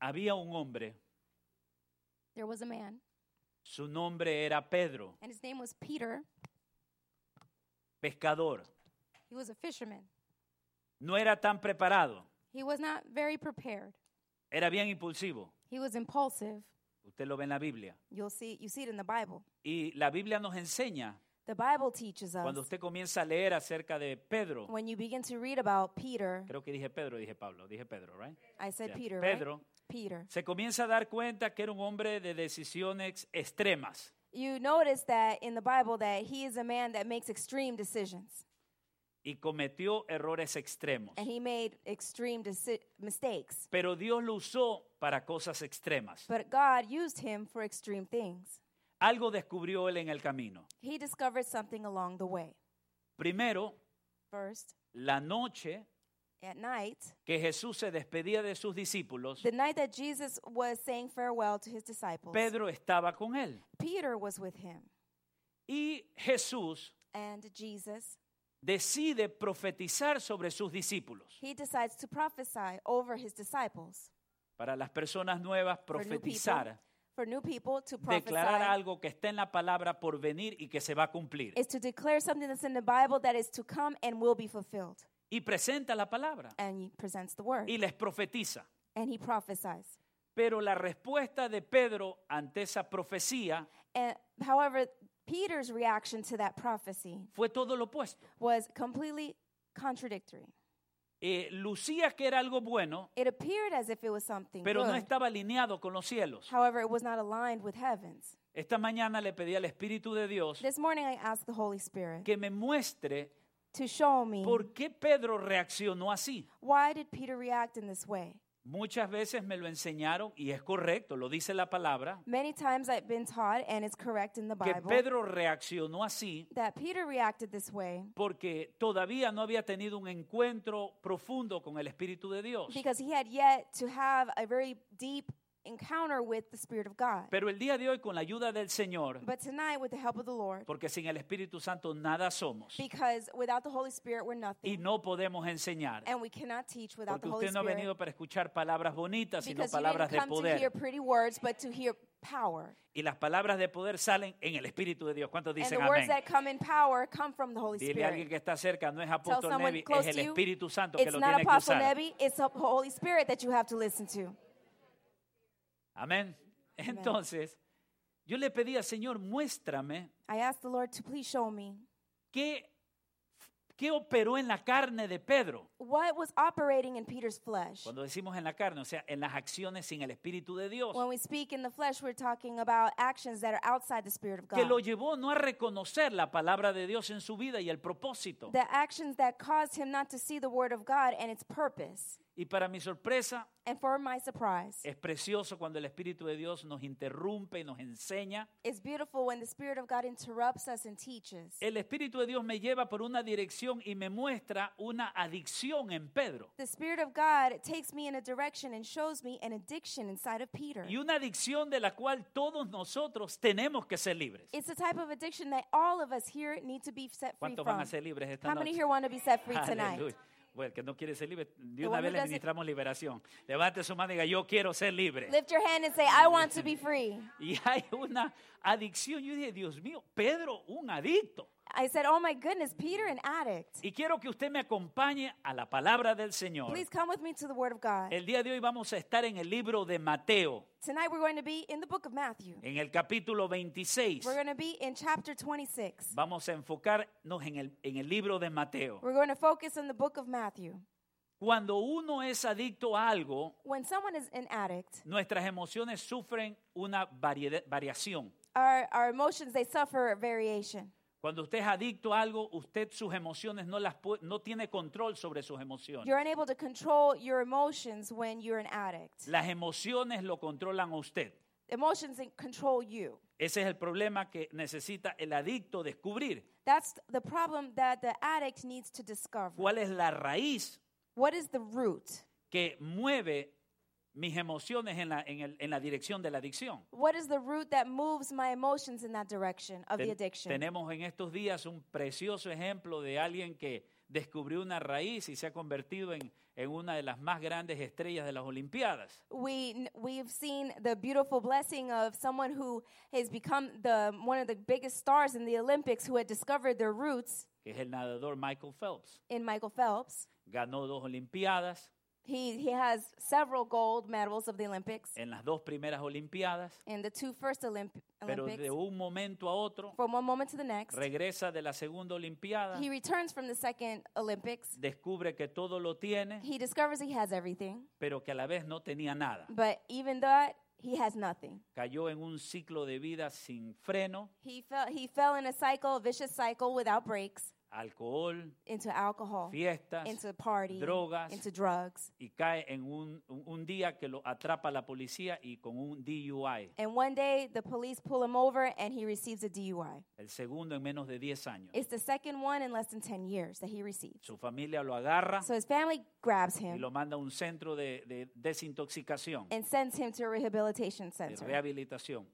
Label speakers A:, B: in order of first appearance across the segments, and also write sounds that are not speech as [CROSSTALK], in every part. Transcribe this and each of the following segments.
A: había un hombre,
B: There was a man,
A: su nombre era Pedro,
B: and his name was Peter.
A: pescador.
B: He was a fisherman.
A: No era tan preparado,
B: He was not very prepared.
A: era bien impulsivo.
B: He was impulsive.
A: Usted lo ve en la Biblia.
B: You'll see you see it in the Bible.
A: Y la Biblia nos enseña,
B: The Bible teaches us
A: cuando usted comienza a leer acerca de Pedro,
B: when you begin to read about Peter,
A: creo que dije Pedro, dije Pablo, dije Pedro, ¿right?
B: I said
A: Yeah,
B: Peter, right?
A: Pedro.
B: Peter.
A: Se comienza a dar cuenta que era un hombre de decisiones extremas.
B: You notice that in the Bible that he is a man that makes extreme decisions
A: y cometió errores extremos.
B: and he made extreme deci- mistakes.
A: Pero Dios lo usó para cosas extremas.
B: But God used him for extreme things.
A: Algo descubrió él en el camino.
B: He discovered something along the way.
A: Primero,
B: First,
A: la noche
B: at night,
A: que Jesús se despedía de sus discípulos,
B: the night that Jesus was saying farewell to his disciples,
A: Pedro estaba con él.
B: Peter was with him.
A: Y Jesús
B: And Jesus,
A: decide profetizar sobre sus discípulos.
B: he decides to prophesy over his disciples.
A: Para las personas nuevas,
B: For new people,
A: profetizar,
B: for new people to
A: declarar
B: prophesy
A: algo que está en la palabra por venir y que se va a cumplir.
B: is to declare something that's in the Bible that is to come and will be fulfilled.
A: Y presenta la palabra
B: And he presents the word.
A: y les profetiza.
B: and he prophesies.
A: Pero la respuesta de Pedro ante esa profecía
B: And however, Peter's reaction to that prophecy
A: fue todo lo opuesto.
B: was completely contradictory.
A: Eh, lucía que era algo bueno,
B: It appeared as if it was something
A: pero
B: good.
A: no estaba alineado con los cielos.
B: However, it was not aligned with heavens.
A: Esta mañana le pedí al Espíritu de Dios
B: This morning I asked the Holy Spirit
A: que me muestre
B: to show me
A: por qué Pedro reaccionó así.
B: why did Peter react in this way?
A: Muchas veces me lo enseñaron y es correcto, lo dice la palabra,
B: Many times I've been taught and it's correct in the
A: que
B: Bible
A: Pedro reaccionó así
B: that Peter reacted this way
A: porque todavía no había tenido un encuentro profundo con el Espíritu de Dios.
B: because he had yet to have a very deep encounter with the Spirit of God.
A: Pero el día de hoy, con la ayuda del Señor,
B: But tonight with the help of the Lord
A: porque sin el Espíritu Santo nada somos
B: because without the Holy Spirit we're
A: y
B: nothing
A: no podemos enseñar.
B: and we cannot teach without
A: Porque
B: the Holy
A: usted no ha
B: Spirit
A: venido para escuchar palabras bonitas, sino
B: because you
A: palabras
B: didn't
A: de
B: come to hear
A: poder.
B: pretty words but to hear power.
A: Y las palabras de poder salen en el Espíritu de Dios. ¿Cuántos
B: And
A: dicen
B: the words
A: amén?
B: that come in power come from the Holy
A: Dile a alguien
B: Spirit.
A: que está cerca, no es
B: Tell
A: apóstol
B: someone
A: Nevi,
B: close
A: es
B: to
A: el
B: you,
A: Espíritu Santo que
B: it's
A: lo
B: not
A: tiene que
B: Apostle
A: usar.
B: Nebi, it's the Holy Spirit that you have to listen to.
A: Amén. Entonces, yo le pedí al Señor, muéstrame
B: I asked the Lord to please show me
A: qué, qué operó en la carne de Pedro.
B: what was operating in Peter's flesh.
A: Cuando decimos en la carne, o sea, en las acciones sin el Espíritu de Dios,
B: When we speak in the flesh, we're talking about actions that are outside the Spirit of
A: que lo
B: God.
A: llevó no a reconocer la palabra de Dios en su vida y el propósito.
B: The actions that caused him not to see the Word of God and its purpose.
A: Y para mi sorpresa,
B: And for my surprise,
A: Es precioso cuando el Espíritu de Dios nos interrumpe y nos enseña.
B: it's beautiful when the Spirit of God interrupts us and teaches.
A: El Espíritu de Dios me lleva por una dirección y me muestra una adicción en Pedro.
B: The Spirit of God takes me in a direction and shows me an addiction inside of Peter.
A: Y una adicción de la cual todos nosotros tenemos que ser libres.
B: It's the type of addiction that all of us here need to be set free
A: ¿Cuántos van a
B: from.
A: ser libres esta
B: How many
A: noche?
B: here want to be set
A: [LAUGHS]
B: free tonight?
A: Aleluya. Bueno, el que no quiere ser libre, de
B: The
A: una
B: one who
A: vez le
B: doesn't-
A: ministramos liberación. Levante su mano y diga, yo quiero ser libre.
B: Lift your hand and say, I want to be free.
A: Y hay una adicción. Yo dije, Dios mío, Pedro, un adicto.
B: I said, Oh my goodness, Peter, an addict.
A: Y quiero que usted me acompañe a la palabra del Señor. Eh.
B: Please come with me to the Word of God.
A: El día de hoy vamos a estar en el libro de Mateo,
B: Tonight we're going to be in the book of Matthew.
A: en el capítulo 26.
B: We're going to be in chapter 26.
A: Vamos a enfocarnos en el, en el libro de Mateo.
B: We're going to focus on the book of Matthew.
A: Cuando uno es adicto a algo,
B: When someone is an addict,
A: nuestras emociones sufren una variedad- variación.
B: our, our emotions, they suffer a variation.
A: Cuando usted es adicto a algo, usted sus emociones no las pu- no tiene control sobre sus emociones.
B: You're unable to control your emotions when you're an addict.
A: Las emociones lo controlan a usted.
B: Emotions control you.
A: Ese es el problema que necesita el adicto descubrir.
B: That's the problem that the addict needs to discover.
A: ¿Cuál es la raíz
B: What is the root?
A: que mueve mis emociones en la, en el- en la dirección de la adicción.
B: What is the root that moves my emotions in that direction of the
A: Ten-
B: addiction?
A: Tenemos en estos días un precioso ejemplo de alguien que descubrió una raíz y se ha convertido en, en una de las más grandes estrellas de las Olimpiadas.
B: We we've seen the beautiful blessing of someone who has become the one of the biggest stars in the Olympics who had discovered their roots
A: que es el nadador Michael Phelps.
B: in Michael Phelps.
A: Ganó dos Olimpiadas.
B: He he has several gold medals of the Olympics
A: en las dos primeras Olimpiadas,
B: in the two first Olymp-
A: pero
B: Olympics.
A: de un momento a otro
B: From one moment to the next,
A: regresa de la segunda Olimpiada,
B: he returns from the second Olympics.
A: descubre que todo lo tiene,
B: He discovers he has everything,
A: pero que a la vez no tenía nada.
B: but even that he has nothing.
A: Cayó en un ciclo de vida sin freno,
B: He fell he fell in a cycle, a vicious cycle without breaks
A: alcohol,
B: into alcohol,
A: fiestas,
B: into party,
A: drogas.
B: into drugs.
A: y cae en un, un- un día que lo atrapa la policía y con un DUI,
B: And one day the police pull him over and he receives a DUI.
A: el segundo en menos de 10 años.
B: It's the second one in less than 10 years that he receives.
A: Su familia lo agarra
B: So his family grabs
A: y
B: him
A: lo manda a un centro de- de desintoxicación.
B: and sends him to a rehabilitation
A: de
B: center.
A: rehabilitación.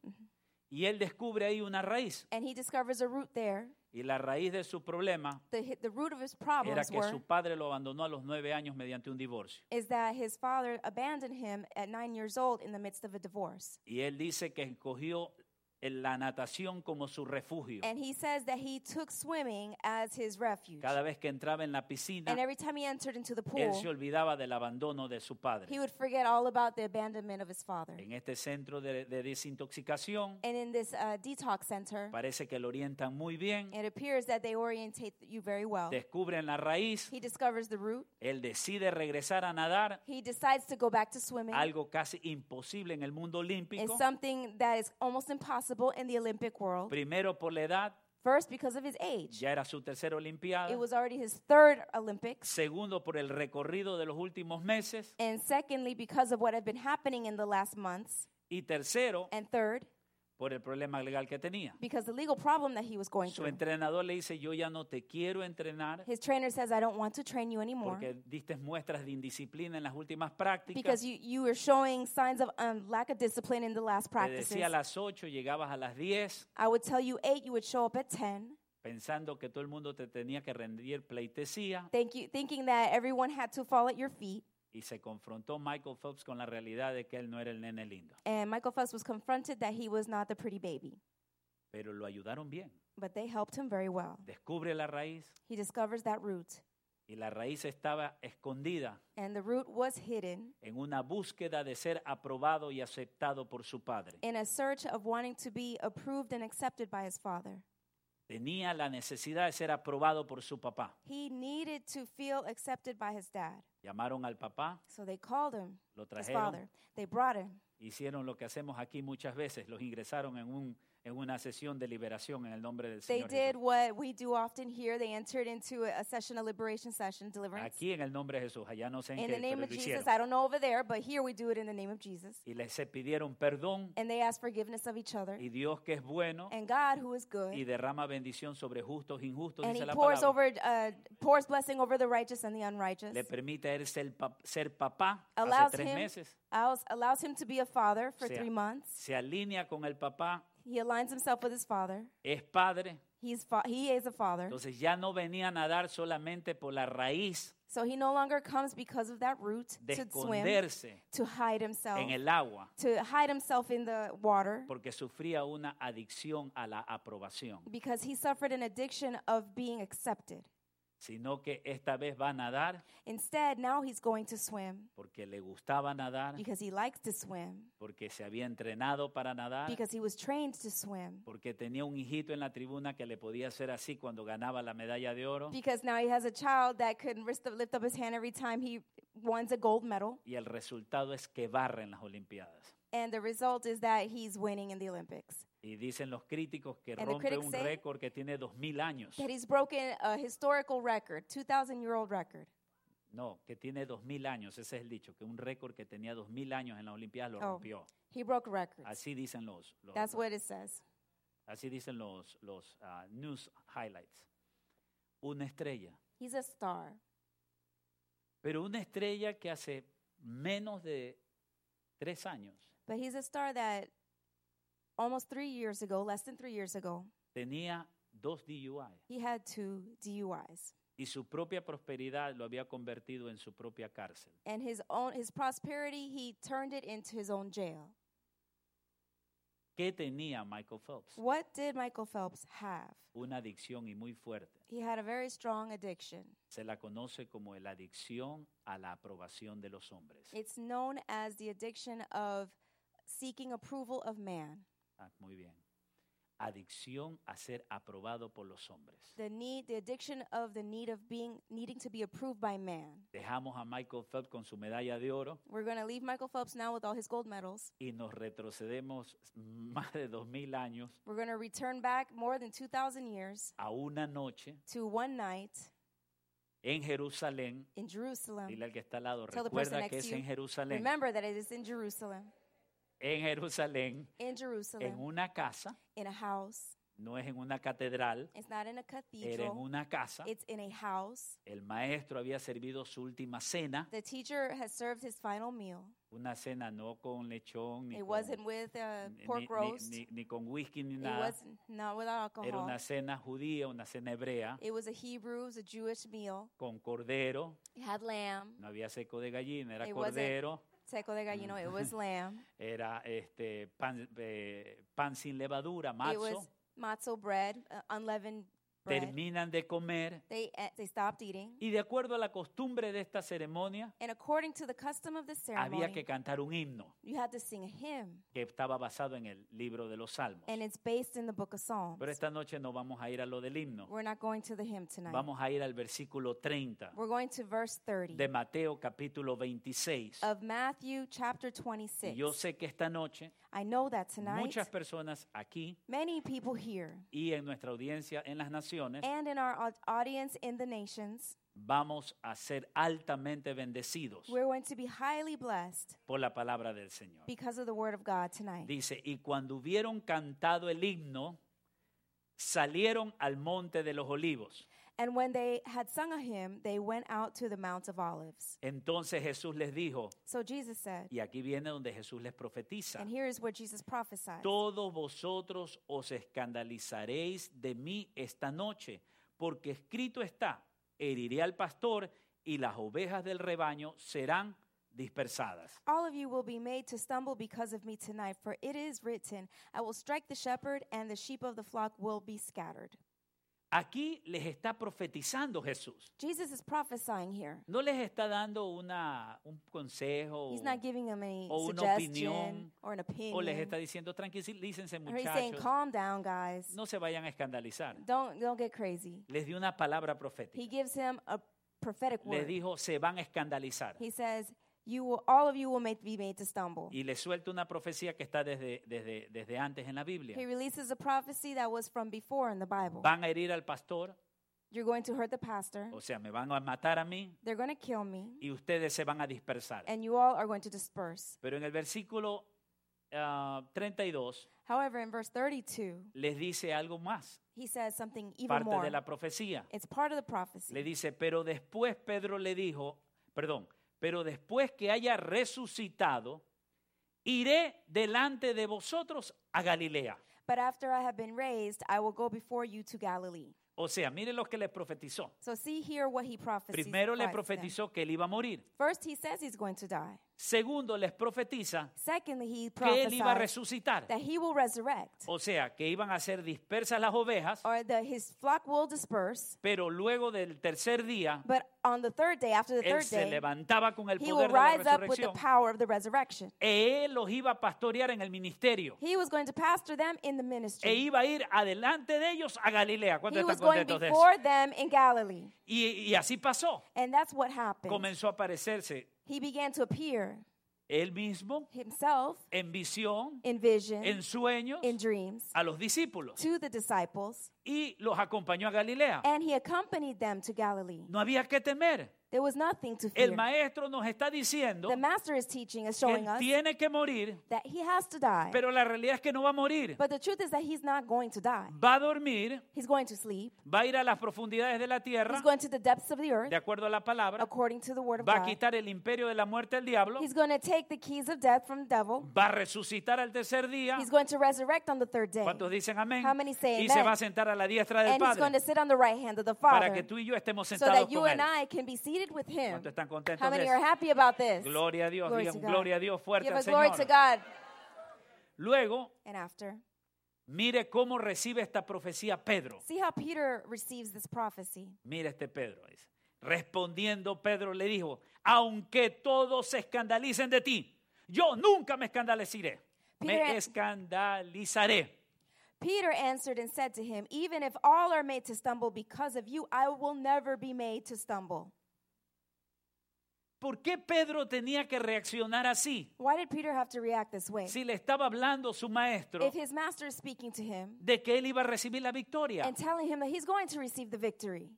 A: Y él descubre ahí una raíz.
B: And he discovers a root there.
A: Y la raíz de su problema
B: The, the root of his
A: era
B: problems
A: que
B: were
A: su padre lo abandonó a los nueve años mediante un divorcio.
B: is that his father abandoned him at nine years old in the midst of a divorce.
A: Y él dice que escogió el- la natación como su refugio.
B: And he says that he took swimming as his refuge.
A: Cada vez que entraba en la piscina,
B: And every time he entered into the
A: él se
B: pool,
A: olvidaba del abandono de su
B: he
A: padre.
B: would forget all about the abandonment of his father.
A: En este centro de, de desintoxicación
B: And in this uh, detox center,
A: parece que lo orientan muy bien.
B: it appears that they orientate you very well.
A: Descubren la raíz.
B: He discovers the root.
A: Él decide regresar a nadar,
B: He decides to go back to swimming.
A: algo casi imposible en el mundo olímpico.
B: It's something that is almost impossible in the Olympic world.
A: Primero por la edad,
B: First, because of his age.
A: ya era su tercera Olimpiada.
B: It was already his third Olympics.
A: Segundo, por el recorrido de los últimos meses.
B: And secondly, because of what had been happening in the last months.
A: Y tercero,
B: And third,
A: por el problema legal que tenía.
B: because the legal problem that he was going
A: Su
B: through.
A: entrenador le dice, yo ya no te quiero entrenar
B: His trainer says, I don't want to train you anymore
A: porque diste muestras de indisciplina en las últimas prácticas.
B: because you, you were showing signs of um, lack of discipline in the last
A: Te
B: practices.
A: decía a las 8, llegabas a las 10,
B: I would tell you eight, you would show up at 10.
A: pensando que todo el mundo te tenía que rendir pleitesía.
B: Thank you, thinking that everyone had to fall at your feet.
A: Y se confrontó Michael Phelps con la realidad de que él no era el nene lindo.
B: And Michael Phelps was confronted that he was not the pretty baby,
A: Pero lo ayudaron bien.
B: but they helped him very well.
A: Descubre la raíz
B: He discovers that root,
A: y la raíz estaba escondida
B: and the root was hidden
A: en una búsqueda de ser aprobado y aceptado por su padre.
B: in a search of wanting to be approved and accepted by his father.
A: Tenía la necesidad de ser aprobado por su papá.
B: He needed to feel accepted by his dad.
A: Llamaron al papá,
B: So they called him,
A: lo
B: his
A: trajeron,
B: father. They brought him.
A: hicieron lo que hacemos aquí muchas veces, los ingresaron en, un, en una sesión de liberación en el nombre del
B: They
A: Señor.
B: did
A: Jesús.
B: what we do often here. They entered into a a session, a liberation session, deliverance.
A: Aquí en el nombre de Jesús, allá no sé en
B: In
A: qué,
B: the name
A: pero
B: of
A: lo
B: Jesus.
A: hicieron.
B: I don't know over there, but here we do it in the name of Jesus.
A: Y les se pidieron perdón
B: And they ask forgiveness of each other.
A: y Dios que es bueno
B: And God, who is good,
A: y derrama bendición sobre justos e injustos,
B: and
A: dice
B: he
A: la
B: pours
A: palabra,
B: over uh, pours blessing over the righteous and the unrighteous
A: le permite a él ser, pa- ser papá
B: Allows
A: hace tres
B: him-
A: meses.
B: allows, allows him to be a father for
A: sea-
B: three months
A: se alinea con el papá,
B: he aligns himself with his father
A: es padre.
B: He's fa- he is a father
A: Entonces ya no venía a nadar solamente por la raíz
B: so he no longer comes because of that root
A: de
B: to swim
A: esconderse
B: to hide himself
A: en el agua,
B: to hide himself in the water
A: porque sufría una adicción a la aprobación,
B: because he suffered an addiction of being accepted
A: sino que esta vez va a nadar
B: instead now he's going to swim
A: porque le gustaba nadar,
B: because he likes to swim
A: porque se había entrenado para nadar,
B: because he was trained to swim
A: porque tenía un hijito en la tribuna que le podía hacer así cuando ganaba la medalla de oro
B: because now he has a child that could risk- lift up his hand every time he wins a gold medal
A: y el resultado es que barren las Olimpiadas.
B: And the result is that he's winning in the Olympics.
A: Y dicen los críticos que
B: And the
A: rompe
B: critics
A: un
B: say-
A: récord que tiene 2000 años.
B: That he's broken a historical record, 2,000 year old record.
A: No, que tiene 2000 años, ese es el dicho, que un récord que tenía 2000 años en la Olimpiada lo
B: Oh.
A: rompió.
B: He broke records.
A: Así dicen los, los-
B: That's what it says.
A: así dicen los, los ah, news highlights. Una estrella,
B: He's a star.
A: pero una estrella que hace menos de tres años
B: But he's a star that almost three years ago, less than three years ago,
A: tenía dos DUI
B: he had two DUIs.
A: y su propia prosperidad lo había convertido en su propia cárcel.
B: and his own his prosperity he turned it into his own jail
A: ¿Qué tenía Michael Phelps?
B: what did michael phelps have
A: Una adicción y muy fuerte.
B: he had a very strong addiction
A: Se la conoce como la adicción a la aprobación de los hombres.
B: it's known as the addiction of seeking approval of man
A: Ah, muy bien. Adicción a ser aprobado por los hombres.
B: the need the addiction of the need of being needing to be approved by man
A: Dejamos a Michael Phelps con su medalla de oro
B: we're going to leave michael phelps now with all his gold medals
A: y nos retrocedemos más de dos mil años
B: we're going to return back more than 2000 years
A: a una noche
B: to one night
A: en Jerusalén.
B: in jerusalem
A: Dile al que está al lado,
B: Tell Ah. the person
A: recuerda que
B: next
A: es
B: to
A: en
B: you.
A: Jerusalén.
B: remember that it is in jerusalem
A: En Jerusalén,
B: in
A: en
B: jerusalem
A: una casa,
B: in a house
A: no es en una catedral,
B: it's not in
A: era
B: a
A: en
B: cathedral
A: una casa.
B: It's in a house.
A: El maestro había servido su última cena,
B: The teacher has served his final meal.
A: una cena no con lechón, ni
B: It
A: con,
B: wasn't with uh,
A: ni-
B: pork
A: ni-
B: roast.
A: ni- ni con whisky, ni
B: It
A: nada.
B: was not with
A: Era
B: alcohol.
A: una cena judía, una cena hebrea,
B: It was a Hebrew, it was a Jewish meal.
A: con cordero,
B: It had lamb,
A: no había seco de gallina, era
B: It wasn't-
A: cordero,
B: seco de gallino. It
A: Mm-hmm.
B: was lamb.
A: [LAUGHS] era este pan, eh, pan sin levadura,
B: It was
A: mazo.
B: matzo bread, uh, unleavened bread.
A: Terminan de comer
B: They uh, they stopped eating,
A: y de acuerdo a la costumbre de esta ceremonia,
B: and according to the custom of the
A: había
B: ceremony,
A: que cantar un himno
B: you had to sing a hymn,
A: que estaba basado en el libro de los Salmos.
B: and it's based in the Book of Psalms.
A: Pero esta noche no vamos a ir a lo del himno.
B: We're not going to the hymn tonight.
A: Vamos a ir al versículo 30
B: We're going to verse thirty
A: de Mateo capítulo 26.
B: of Matthew chapter
A: Y
B: twenty-six.
A: yo sé que esta noche
B: I know that tonight
A: muchas personas aquí
B: many people here
A: y en nuestra audiencia en las naciones
B: and in our au- audience in the nations,
A: vamos a ser altamente bendecidos
B: we're going to be highly blessed
A: por la palabra del Señor.
B: because of the word of God tonight.
A: Dice, y cuando hubieron cantado el himno, salieron al monte de los olivos.
B: And when they had sung a hymn, they went out to the Mount of Olives.
A: Entonces Jesús les dijo,
B: So Jesus said,
A: y aquí viene donde Jesús les profetiza,
B: and here is where Jesus prophesied
A: todos vosotros os escandalizaréis de mí esta noche, porque escrito está, heriré al pastor y las ovejas del rebaño serán dispersadas.
B: All of you will be made to stumble because of me tonight, for it is written, I will strike the shepherd, and the sheep of the flock will be scattered.
A: Aquí les está profetizando Jesús.
B: Jesus is prophesying here.
A: No les está dando una, un consejo
B: He's not giving them any
A: o Oh. una opinión,
B: suggestion or
A: o
B: an
A: les
B: opinion.
A: está diciendo, tranquilícense
B: Or he's saying,
A: muchachos,
B: "Calm down, guys.
A: no se vayan a escandalizar.
B: Don't don't get crazy."
A: Les dio una palabra
B: He
A: profética.
B: gives him a prophetic
A: Les
B: word.
A: dijo, se van a escandalizar.
B: He says, "You will, all of you will make, be made to stumble."
A: Y les suelta una profecía que está desde, desde, desde antes en la Biblia.
B: He releases a prophecy that was from before in the Bible.
A: Van a herir al pastor,
B: You're going to hurt the pastor.
A: o sea, me van a matar a mí
B: They're going to kill me,
A: y ustedes se van a dispersar.
B: and you all are going to disperse.
A: Pero en el versículo ah, 32
B: However, in verse 32,
A: les dice algo más,
B: he says something even
A: parte de
B: more.
A: la profecía.
B: It's part of
A: Le
B: the prophecy.
A: dice, pero después Pedro le dijo, perdón, pero después que haya resucitado, iré delante de vosotros a Galilea.
B: But after I have been raised, I will go before you to Galilee.
A: O sea, miren lo que les profetizó.
B: So see here what he prophesies.
A: Primero les
B: prophesies them.
A: profetizó que él iba a morir.
B: First, he says he's going to die.
A: Segundo, les profetiza
B: Secondly, he
A: que él iba a
B: prophesied
A: resucitar.
B: that he will resurrect,
A: O sea, que iban a ser dispersas las ovejas,
B: or that his flock will disperse.
A: pero luego del tercer día,
B: But on the third day, after the
A: él
B: third
A: se
B: day,
A: levantaba con el
B: he
A: poder
B: will
A: de la
B: rise up with the
A: resurrección.
B: power of the resurrection.
A: E él los iba a pastorear en el ministerio.
B: He was going to pastor them in the
A: e
B: ministry.
A: iba a ir adelante de ellos a Galilea. ¿Cuántos
B: He
A: están
B: was going
A: contentos de eso?
B: before them in Galilee.
A: Y, y así pasó.
B: And that's what happened.
A: Comenzó a aparecerse
B: He began to appear
A: él mismo
B: himself
A: en visión,
B: in vision,
A: en sueños,
B: in dreams,
A: a los discípulos
B: to the disciples,
A: y los acompañó a Galilea.
B: and he accompanied them to Galilee.
A: No había que temer.
B: There was nothing to
A: El
B: fear.
A: maestro nos está diciendo
B: The master is teaching
A: que
B: us, showing
A: él
B: us
A: tiene que morir,
B: that he has to die.
A: pero la realidad es que no va a morir.
B: But the truth is that he's not going to die.
A: Va a dormir,
B: He's going to sleep.
A: va a ir a las profundidades de la
B: He's
A: tierra,
B: going to the depths of the earth,
A: de acuerdo a la palabra,
B: according to the word of
A: va a
B: God.
A: quitar el imperio de la muerte al diablo,
B: He's going to take the keys of death from the devil.
A: va a resucitar al tercer día,
B: He's going to resurrect on the third day.
A: ¿Cuántos dicen amén?
B: How many say
A: y
B: amen?
A: se va a sentar a a la diestra del
B: and he's going
A: Padre
B: to sit on the right hand of the
A: para que
B: Father
A: tú y yo estemos
B: so
A: sentados
B: that you
A: con Él.
B: and I can be seated with him.
A: ¿Cuántos están contentos
B: How
A: de
B: many
A: eso?
B: are happy about this?
A: Gloria a Dios,
B: Glory
A: digan
B: to God.
A: gloria a Dios fuerte
B: Give
A: al
B: a glory
A: Señor.
B: to God.
A: Luego,
B: And after,
A: mire cómo recibe esta profecía Pedro.
B: see how Peter receives this prophecy.
A: Mira este Pedro. dice. Respondiendo Pedro le dijo, aunque todos se escandalicen de ti, yo nunca me escandaleciré. Me
B: Peter-
A: escandalizaré.
B: Peter answered and said to him, Even if all are made to stumble because of you, I will never be made to stumble.
A: ¿Por qué Pedro tenía que reaccionar así?
B: Why did Peter have to react this way?
A: Si le estaba hablando su maestro
B: If his master is speaking to him
A: de que él iba a recibir la victoria.
B: and telling him that he's going to receive the victory,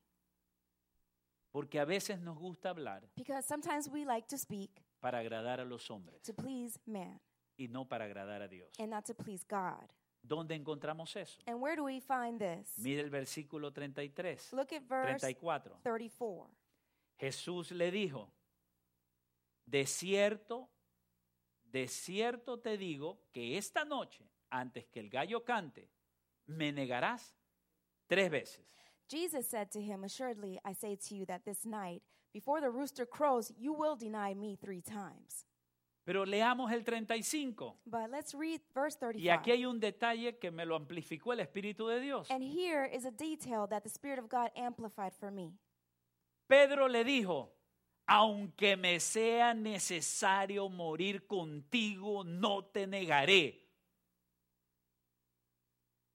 A: Porque a veces nos gusta hablar
B: because sometimes we like to speak
A: para agradar a los hombres
B: to please man
A: y no para agradar a Dios.
B: and not to please God.
A: ¿Dónde encontramos eso?
B: And where do we find this?
A: Mire el versículo 33,
B: Look at verse
A: 34.
B: 34.
A: Jesús le dijo, de cierto, de cierto te digo que esta noche, antes que el gallo cante, me negarás tres veces.
B: Jesus said to him, Assuredly, I say to you that this night, before the rooster crows, you will deny me three times.
A: Pero leamos el 35.
B: But let's read verse
A: Y aquí
B: 35.
A: hay un detalle que me lo amplificó el Espíritu de Dios.
B: And here is a detail that the Spirit of God amplified for me.
A: Pedro le dijo, aunque me sea necesario morir contigo, no te negaré.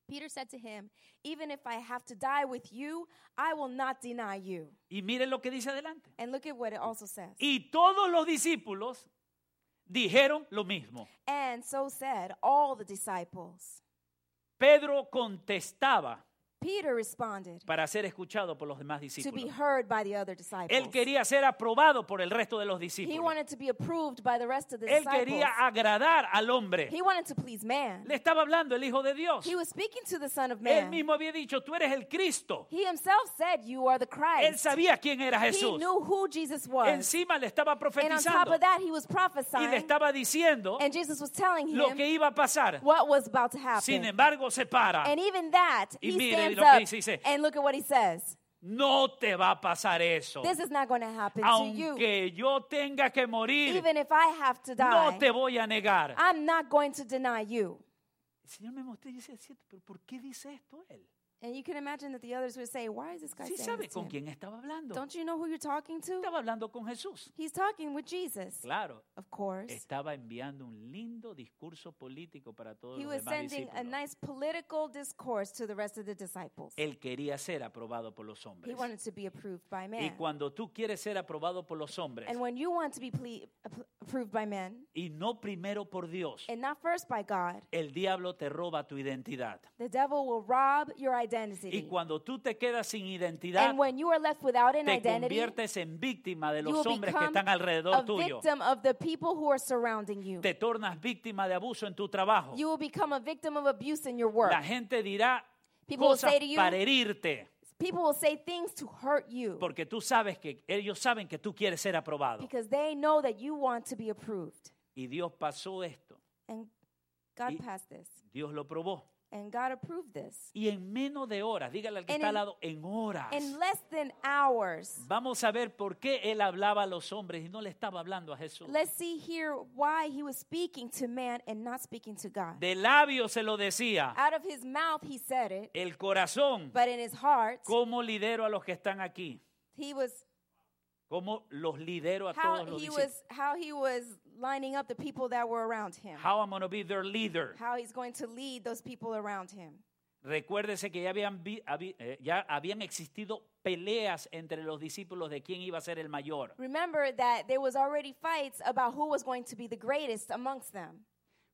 B: Peter said to him, Even if I have to die with you, I will not deny you.
A: Y miren lo que dice adelante.
B: And look at what it also says.
A: Y todos los discípulos dijeron lo mismo.
B: And so said all the disciples.
A: Pedro contestaba
B: Peter responded
A: para ser escuchado por los demás
B: to be
A: discípulos.
B: heard by the other
A: Él
B: disciples.
A: quería ser aprobado por el resto de los
B: He
A: discípulos.
B: wanted to be approved by the rest of the
A: Él
B: disciples.
A: quería agradar al hombre.
B: He wanted to please man.
A: Le estaba hablando el Hijo de Dios.
B: He was speaking to the Son of
A: Él
B: Man.
A: mismo había dicho, tú eres el Cristo.
B: He himself said, You are the
A: Él
B: Christ.
A: sabía quién era
B: He
A: Jesús.
B: knew who Jesus was.
A: Encima le estaba
B: And on top
A: profetizando
B: of that, he was
A: y le
B: prophesying.
A: estaba diciendo
B: And Jesus was telling
A: lo que
B: him
A: iba a pasar.
B: what was about to
A: Sin
B: happen.
A: embargo, se para.
B: And even that,
A: Ah. Y
B: he
A: mire
B: stands
A: lo que
B: up
A: dice, dice,
B: and look at what he says.
A: No te va a pasar eso.
B: This is not going to happen to you.
A: Aunque yo tenga que morir,
B: Even if I have to
A: no
B: die, Ah.
A: te voy a negar.
B: I'm not going to deny you.
A: El Señor me mostró y dice, "Siete, pero ¿por qué dice esto él?
B: And you can imagine that the others would say, Why is this guy
A: Si
B: saying
A: sabe
B: this to
A: con
B: him?
A: quién estaba hablando.
B: Don't you know who you're talking to?
A: Estaba hablando con Jesús.
B: He's talking with Jesus,
A: Claro,
B: of course.
A: estaba enviando un lindo discurso político para todos
B: He
A: los
B: was
A: demás
B: sending a
A: discípulos.
B: nice political discourse to the rest of the disciples.
A: Él quería ser aprobado por los
B: He
A: hombres.
B: wanted to be approved by
A: Y
B: man.
A: cuando tú quieres ser aprobado por los hombres
B: And when you want to be ple- app- approved by men
A: y no primero por Dios,
B: and not first by God,
A: el diablo te roba tu identidad.
B: the devil will rob your
A: Y
B: identity.
A: cuando tú te quedas sin identidad,
B: And when you are left without an
A: te
B: identity,
A: conviertes en víctima de
B: you
A: los
B: will
A: hombres que
B: become
A: están
B: a
A: alrededor tuyo.
B: victim of the people who are surrounding you.
A: Te tornas víctima de abuso en tu trabajo.
B: You will become a victim of abuse in your work.
A: La gente dirá
B: People will
A: cosas
B: say to you-
A: para herirte,
B: People will say things to hurt you
A: porque tú sabes que ellos saben que tú quieres ser aprobado.
B: because they know that you want to be approved.
A: Y Dios pasó esto,
B: And God
A: Y-
B: passed this.
A: Dios lo probó.
B: And God approved this.
A: Y en menos de horas, dígale al que
B: And
A: está al
B: in-
A: lado, en horas.
B: In less than hours.
A: Vamos a ver por qué él hablaba a los hombres y no le estaba hablando a Jesús.
B: Let's see here why he was speaking to man and not speaking to God.
A: De labio se lo decía,
B: Out of his mouth he said it,
A: el corazón,
B: Ah. but in his heart
A: ¿cómo lidero a los que están aquí?
B: he was
A: ¿Cómo los lidero a todos
B: how
A: los
B: he
A: discípulos?
B: was how he was lining up the people that were around him.
A: How I'm going be their leader.
B: How he's going to lead those people around him.
A: Recuérdese que ya habían, vi- habi- eh, ya habían existido peleas entre los discípulos de quién iba a ser el mayor.
B: Remember that there was already fights about who was going to be the greatest amongst them.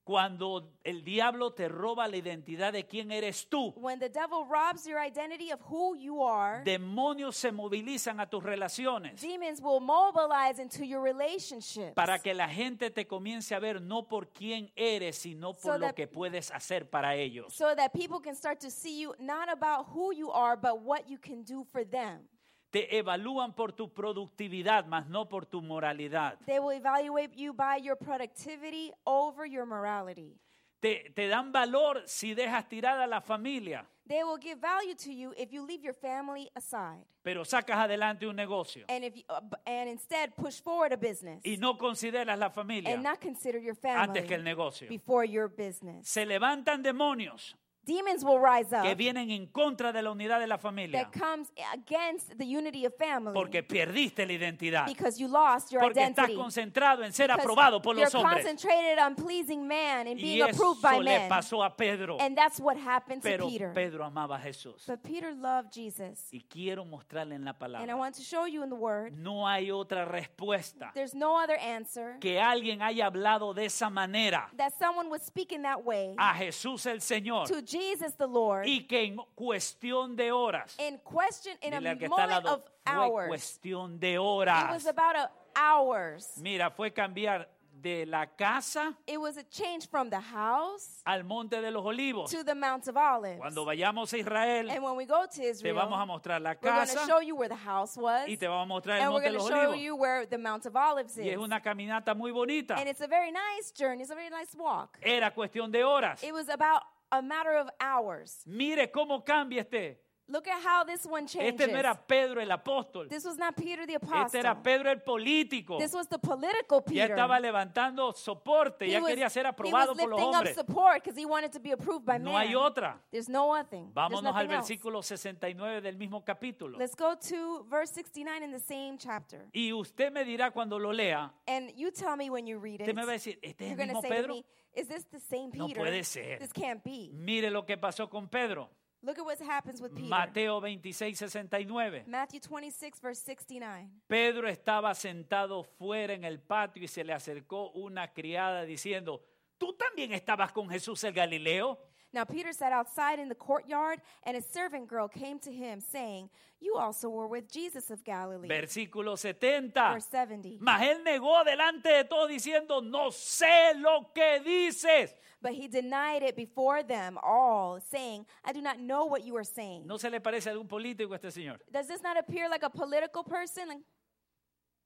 A: Cuando el diablo te roba la identidad de quién eres tú,
B: When the devil robs your identity of who you are,
A: demonios se movilizan a tus relaciones
B: demons will mobilize into your relationships.
A: para que la gente te comience a ver no por quién eres, sino por
B: So
A: lo
B: that-
A: que puedes hacer para ellos.
B: so that people can start to see you not about who you are, but what you can do for them.
A: Te evalúan por tu productividad, más no por tu moralidad.
B: They will evaluate you by your productivity over your morality.
A: Te, te dan valor si dejas tirada a la familia,
B: They will give value to you if you leave your family aside
A: pero sacas adelante un negocio
B: and if you, uh, b- and instead push forward a business
A: y no consideras la familia
B: and not consider your family
A: antes que el negocio.
B: before your business.
A: Se levantan demonios
B: Demons will rise up
A: que vienen en contra de la unidad de la familia
B: that comes against the unity of family
A: porque perdiste la identidad,
B: because you lost your
A: porque estás
B: identity.
A: concentrado en ser
B: Because
A: aprobado por
B: you're
A: los hombres.
B: concentrated on pleasing man and
A: Y
B: being approved by
A: eso le
B: men.
A: pasó a Pedro,
B: And that's what happened
A: pero
B: to Peter.
A: Pedro amaba a Jesús.
B: But Peter loved Jesus.
A: Y quiero mostrarle en la
B: And I
A: palabra,
B: want to show you in the word,
A: no hay otra respuesta
B: there's no other answer
A: que alguien haya hablado de esa manera
B: that someone would speak in that way
A: a Jesús el Señor
B: to Jesus the Lord
A: y que en cuestión de horas,
B: in question in a
A: dile al que está al
B: moment of
A: lado, fue
B: hours.
A: cuestión de
B: It was
A: horas.
B: about a hours.
A: Mira, fue cambiar de la casa
B: It was a change from the house
A: al monte de los olivos.
B: to the Mount of Olives.
A: Cuando vayamos a Israel,
B: And when we go to
A: te
B: Israel,
A: vamos a mostrar la
B: we're going
A: casa
B: to show you where the house was
A: y te vamos a mostrar el
B: and
A: monte
B: we're
A: de
B: going to
A: los
B: show
A: olivos.
B: you where the Mount of Olives
A: Y es
B: is.
A: una caminata muy bonita.
B: And it's a very nice journey. It's a very nice walk.
A: Era cuestión de horas.
B: It was about a matter of hours.
A: Mire cómo cambia este.
B: Look at how this one changes.
A: Este no era Pedro el apóstol.
B: This was not Peter the
A: Este
B: apostle.
A: era Pedro el político.
B: This was the political
A: Ya
B: Peter.
A: estaba levantando soporte,
B: he,
A: ya
B: was,
A: quería ser
B: he
A: aprobado
B: was
A: por los
B: lifting up
A: hombres.
B: support because he wanted to be approved by
A: No
B: man.
A: hay otra.
B: There's no other thing. There's
A: Vámonos al
B: nothing else.
A: versículo 69 del mismo capítulo.
B: Let's go to verse 69 in the same chapter.
A: Y usted me dirá cuando lo lea,
B: And you tell me when you read it.
A: usted me va a decir, ¿este es
B: You're
A: el
B: going
A: mismo
B: to say to
A: Pedro?
B: me, is this the same
A: No
B: Peter?
A: puede ser.
B: This can't be.
A: Mire lo que pasó con Pedro.
B: Look at what happens with Peter.
A: Mateo 26, 69.
B: Matthew 26, verse 69.
A: Pedro estaba sentado fuera en el patio y se le acercó una criada diciendo, ¿tú también estabas con Jesús el Galileo?
B: Now Peter sat outside in the courtyard, and a servant girl came to him, saying, You also were with Jesus of Galilee.
A: Versículo 70.
B: Verse 70.
A: Mas él negó delante de todos diciendo, no sé lo que dices.
B: But he denied it before them all, saying, I do not know what you are saying.
A: ¿No se le parece a algún político este señor?
B: Does this not appear like a political person? Like,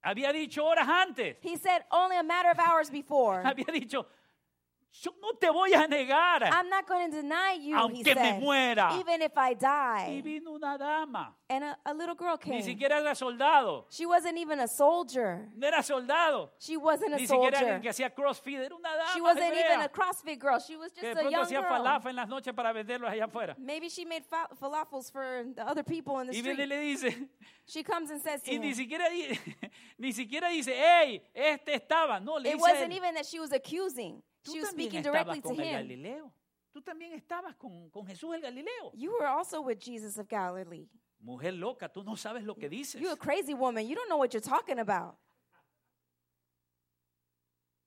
A: Había dicho horas antes.
B: he said, Only a matter of hours before.
A: Había dicho, yo no te voy a negar.
B: I'm not going to deny you, he
A: Aunque me
B: said,
A: muera.
B: even if I
A: Y
B: die.
A: vino una dama.
B: And a, a little girl
A: Ni
B: came.
A: siquiera era soldado.
B: She wasn't even a soldier.
A: No era soldado.
B: She wasn't a
A: Ni siquiera alguien
B: soldier.
A: que hacía crossfit. Era una dama.
B: She wasn't
A: hebrea
B: even a CrossFit girl. She was just
A: que de
B: a
A: pronto
B: young
A: hacía
B: girl.
A: falafa en las noches para venderlos allá afuera.
B: Maybe she made fa- falafels for the other people in the
A: Y viene y
B: street.
A: le dice, [LAUGHS]
B: She comes and says to
A: y ni
B: him,
A: siquiera, di- [LAUGHS] ni siquiera dice, hey, este estaba. No, le
B: it
A: dice, a
B: wasn't
A: él,
B: even that she was accusing.
A: tú
B: She was
A: también
B: speaking
A: estabas
B: directly to
A: con el
B: him.
A: Galileo. Tú también estabas con, con Jesús el Galileo.
B: You were also with Jesus of Galilee.
A: Mujer loca, tú no sabes lo que dices.
B: You a crazy woman. You don't know what you're talking about.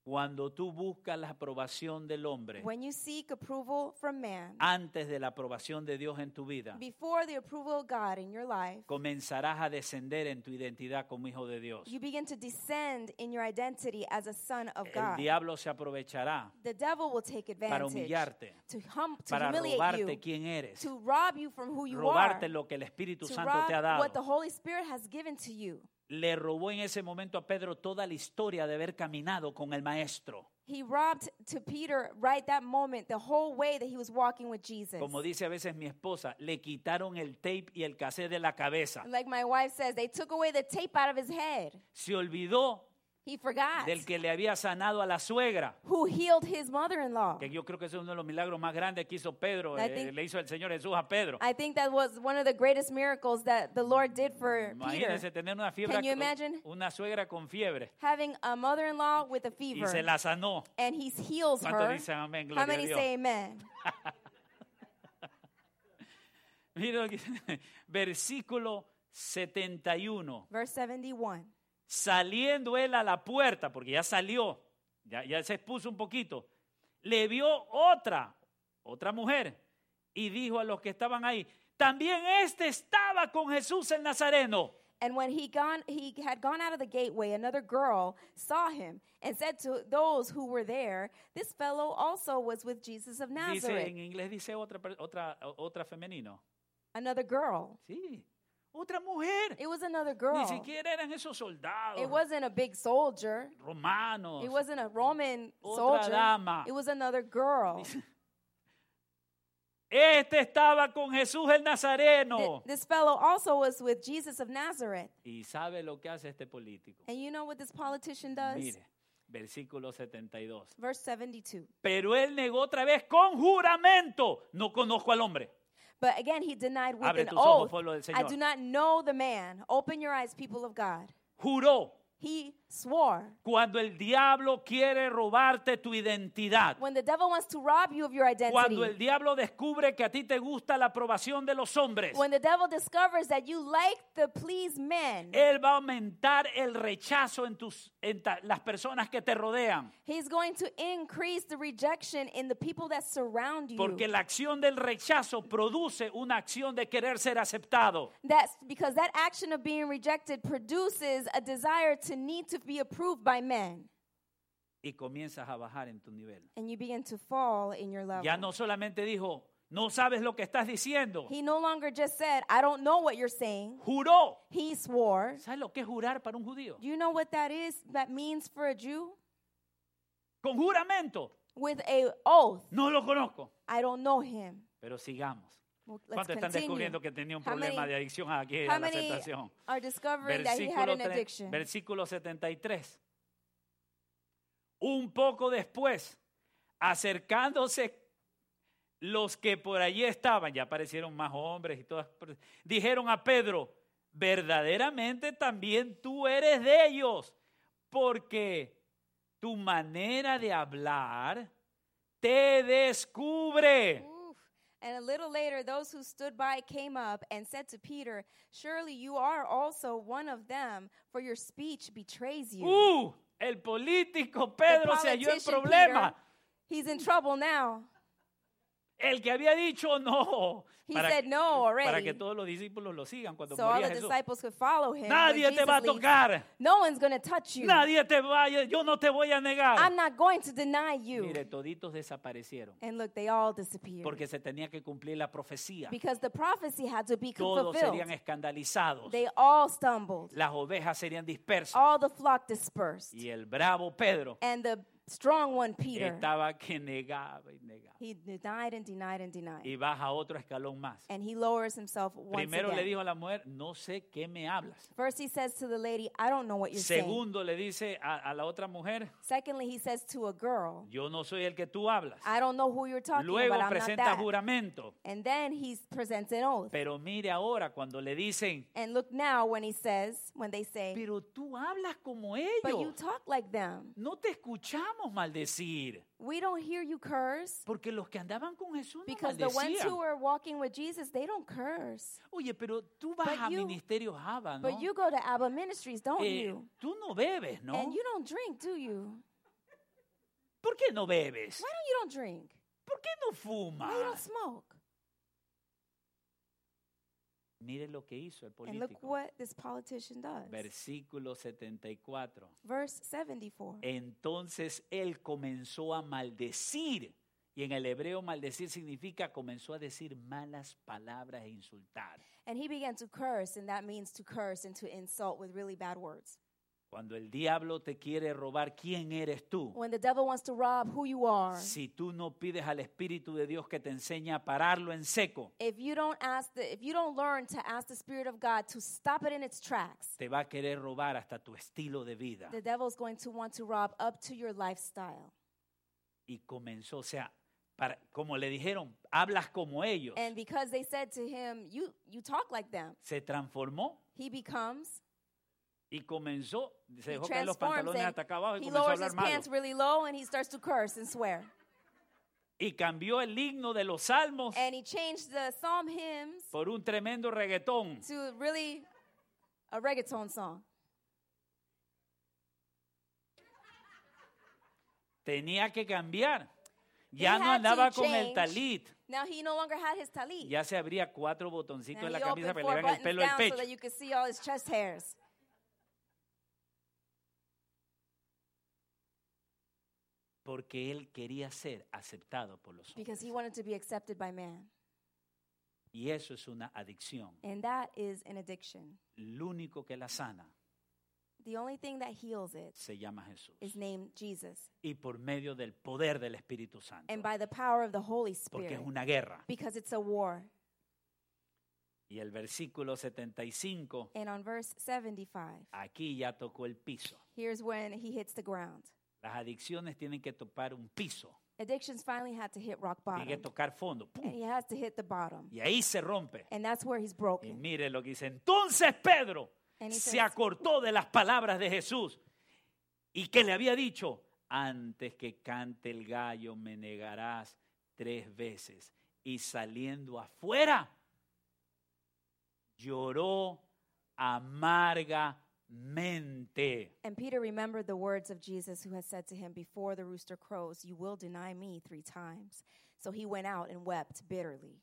A: Cuando tú buscas la aprobación del hombre Ah.
B: When you seek approval from man
A: antes de la aprobación de Dios en tu vida,
B: before the approval of God in your life,
A: comenzarás a descender en tu identidad como hijo de Dios.
B: you begin to descend in your identity as a son of
A: El
B: God.
A: diablo se aprovechará
B: The devil will take
A: para
B: advantage
A: humillarte,
B: to, hum- to
A: para
B: humiliate
A: robarte
B: you,
A: quién eres,
B: to rob you from who you
A: robarte
B: are,
A: lo que el Espíritu
B: to
A: Santo
B: rob
A: te ha
B: what the
A: dado.
B: Holy Spirit has given to you.
A: Le robó en ese momento a Pedro toda la historia de haber caminado con el maestro.
B: He robbed to Peter right that moment the whole way that he was walking with Jesus.
A: Como dice a veces mi esposa, le quitaron el tape y el cassette de la cabeza.
B: And Like my wife says, they took away the tape out of his head.
A: Se olvidó
B: He forgot
A: del que le había sanado a la suegra.
B: who healed his mother-in-law.
A: que yo creo que ese es uno de los milagros más grandes que hizo Pedro,
B: I
A: eh,
B: think-
A: le hizo el Señor Jesús a Pedro.
B: I think that was one of the greatest miracles that the Lord did for
A: Imagínense
B: Peter.
A: tener una fiebre,
B: Can you
A: con-
B: imagine?
A: una suegra con fiebre
B: Having a mother-in-law with a
A: y se
B: fever,
A: la sanó.
B: and he heals
A: ¿Cuántos
B: her.
A: dicen amén? Gloria
B: How
A: a
B: many
A: Dios.
B: say amen?
A: [LAUGHS] Mira lo que dice, versículo 71.
B: Verse 71.
A: Saliendo él a la puerta, porque ya salió, ya, ya se expuso un poquito, le vio otra, otra mujer, y dijo a los que estaban ahí, también este estaba con Jesús el Nazareno.
B: And when he gone, he had gone out of the gateway. Another girl saw him and said to those who were there, "This fellow also was with Jesus of
A: Dice,
B: Nazareth."
A: en inglés dice otra, per- otra, o- otra femenino.
B: Another girl.
A: Sí. Otra mujer.
B: It was another
A: Ni
B: girl.
A: siquiera eran esos soldados
B: It wasn't a big soldier.
A: romanos.
B: It wasn't a Roman
A: Otra
B: soldier.
A: dama.
B: It was another girl.
A: Dice, Este estaba con Jesús el
B: Th-
A: Nazareno.
B: this fellow also was with Jesus of Nazareth.
A: Y sabe lo que hace este político.
B: And you know what this politician does?
A: Mire, versículo 72.
B: Verse 72.
A: Pero él negó otra vez con juramento. No conozco al hombre.
B: But again, he denied with
A: Abre
B: an
A: tus ojos,
B: oath.
A: pueblo del
B: I
A: Señor."
B: do not know the man. Open your eyes, people of God.
A: Juró.
B: He swore.
A: Cuando el diablo quiere robarte tu identidad.
B: When the devil wants to rob you of your identity,
A: Cuando el diablo descubre que a ti te gusta la aprobación de los hombres.
B: when the devil discovers that you like the please men,
A: Él va a aumentar el rechazo en, tus, en ta- las personas que te rodean.
B: he's going to increase the rejection in the people that surround you.
A: Porque la acción del rechazo produce una acción de querer ser aceptado.
B: That's because that action of being rejected produces a desire to need to be approved by men.
A: Y comienzas a bajar en tu nivel.
B: And you begin to fall in your level.
A: Ya no solamente dijo, no sabes lo que estás diciendo.
B: He no longer just said, I don't know what you're saying.
A: Juró.
B: He swore.
A: ¿Sabes lo que es jurar para un judío?
B: Do you know what that is? That means for a Jew?
A: Con juramento.
B: With a oath.
A: No lo conozco.
B: I don't know him.
A: Pero sigamos.
B: Well, let's
A: ¿Cuántos están
B: continue.
A: descubriendo que tenía un
B: How many-
A: problema de adicción aquí
B: How
A: a la
B: many
A: aceptación?
B: are discovering that he had
A: Versículo,
B: an
A: tre-
B: addiction?
A: versículo 73. Un poco después, acercándose los que por allí estaban, ya aparecieron más hombres y todas, per- dijeron a Pedro, verdaderamente también tú eres de ellos, porque tu manera de hablar te descubre.
B: Oof. And a little later, those who stood by came up and said to Peter, Surely you are also one of them, for your speech betrays you.
A: ¡Uh! El político
B: The
A: Pedro se halló en
B: politician
A: problema.
B: Peter, he's in trouble now.
A: El que había dicho no. eh,
B: He said no already.
A: para que todos los discípulos lo sigan cuando
B: So all
A: moría
B: the
A: Jesús.
B: disciples could follow him. when
A: Nadie te
B: Jesus
A: va a
B: leaves.
A: tocar.
B: No one's going to touch you.
A: Nadie te vaya. Yo no te voy a negar.
B: I'm not going to deny you.
A: Mire, toditos desaparecieron
B: And look, they all disappeared.
A: porque se tenía que cumplir la profecía.
B: because the prophecy had to be
A: Todos
B: fulfilled.
A: serían escandalizados.
B: They all stumbled.
A: Las ovejas serían dispersas.
B: All the flock dispersed.
A: Y el bravo Pedro
B: And the strong one, Peter,
A: estaba que negaba y negaba.
B: he denied and denied and denied.
A: Y baja otro escalón más.
B: and he lowers himself once
A: Primero le
B: again.
A: dijo a la mujer, no sé qué me hablas.
B: First, he says to the lady, I don't know what you're saying.
A: Segundo le dice a- a la otra mujer,
B: Secondly, he says to a girl,
A: yo no soy el que tú hablas.
B: I don't know who you're talking
A: Luego
B: about. I'm not
A: presenta
B: that.
A: juramento.
B: And then he presents an oath.
A: Pero mire ahora cuando le dicen,
B: And look now when he says, when they say,
A: pero tú hablas como
B: but you
A: ellos.
B: talk like them.
A: No te escuchamos maldecir.
B: We don't hear you curse
A: Porque los que andaban con Jesús no
B: because the ones who
A: maldecían.
B: are walking with Jesus, they don't curse.
A: Oye, pero tú vas
B: But
A: a
B: you-
A: ministerios Java, ¿no?
B: But you go to Abba Ministries, don't
A: Eh,
B: you?
A: tú no bebes, ¿no?
B: And you don't drink, do you?
A: ¿Por qué no bebes?
B: Why don't you don't drink?
A: ¿Por qué no
B: Why you don't
A: fumas?
B: smoke?
A: Mire lo que hizo el
B: And look
A: político.
B: what this politician does.
A: Versículo 74.
B: Verse 74.
A: Eh. Entonces él comenzó a maldecir. Y en el hebreo maldecir significa comenzó a decir malas palabras e insultar.
B: And he began to curse, and that means to curse and to insult with really bad words.
A: Cuando el diablo te quiere robar, ¿quién eres tú?
B: When the devil wants to rob who you are,
A: Si tú no pides al Espíritu de Dios que te enseñe a pararlo en seco,
B: if you don't ask the, if you don't learn to ask the Spirit of God to stop it in its tracks,
A: te va a querer robar hasta tu estilo de vida.
B: the devil's going to want to rob up to your lifestyle.
A: Y comenzó, o sea, para- como le dijeron, hablas como ellos.
B: And because they said to him, "You you talk like them,"
A: Se transformó
B: he becomes
A: y comenzó, se
B: he
A: dejó caer los
B: transforms
A: pantalones
B: and
A: hasta acá abajo y
B: he
A: comenzó a
B: lowers
A: hablar
B: his
A: mal.
B: pants really low and he starts to curse and swear.
A: y cambió el himno de los salmos
B: And he changed the psalm hymns
A: por un tremendo reggaetón.
B: to really a reggaeton song.
A: Tenía que cambiar. Ya
B: He
A: no
B: had to
A: andaba con el
B: change.
A: talit.
B: Now he no longer had his talit.
A: Ya se abría cuatro
B: Now
A: botoncitos en
B: he
A: la camisa
B: opened
A: para que le
B: four
A: vean el
B: buttons
A: pelo del
B: down
A: pecho.
B: so that you could see all his chest hairs.
A: Porque él quería ser aceptado por los hombres.
B: Because he wanted to be accepted by man.
A: Y eso es una adicción.
B: And that is an addiction.
A: Lo único que la sana
B: The only thing that heals it
A: se llama Jesús.
B: is named Jesus.
A: Y por medio del poder del Espíritu Santo.
B: And by the power of the Holy
A: Porque
B: Spirit.
A: es una guerra.
B: Because it's a war.
A: Y el versículo 75,
B: And on verse 75,
A: aquí ya tocó el piso.
B: here's when he hits the ground.
A: Las adicciones tienen que topar un piso.
B: Addictions finally had to hit rock bottom.
A: Tienen que tocar fondo. ¡Pum!
B: And he has to hit the bottom.
A: Y ahí se rompe.
B: And that's where he's
A: Y
B: broken.
A: mire lo que dice. Entonces Pedro
B: And he
A: se
B: says-
A: acortó de las palabras de Jesús y que le había dicho, antes que cante el gallo me negarás tres veces. Y saliendo afuera, lloró amargamente.
B: And Peter remembered the words of Jesus who had said to him, Before the rooster crows, you will deny me three times. So he went out and wept bitterly.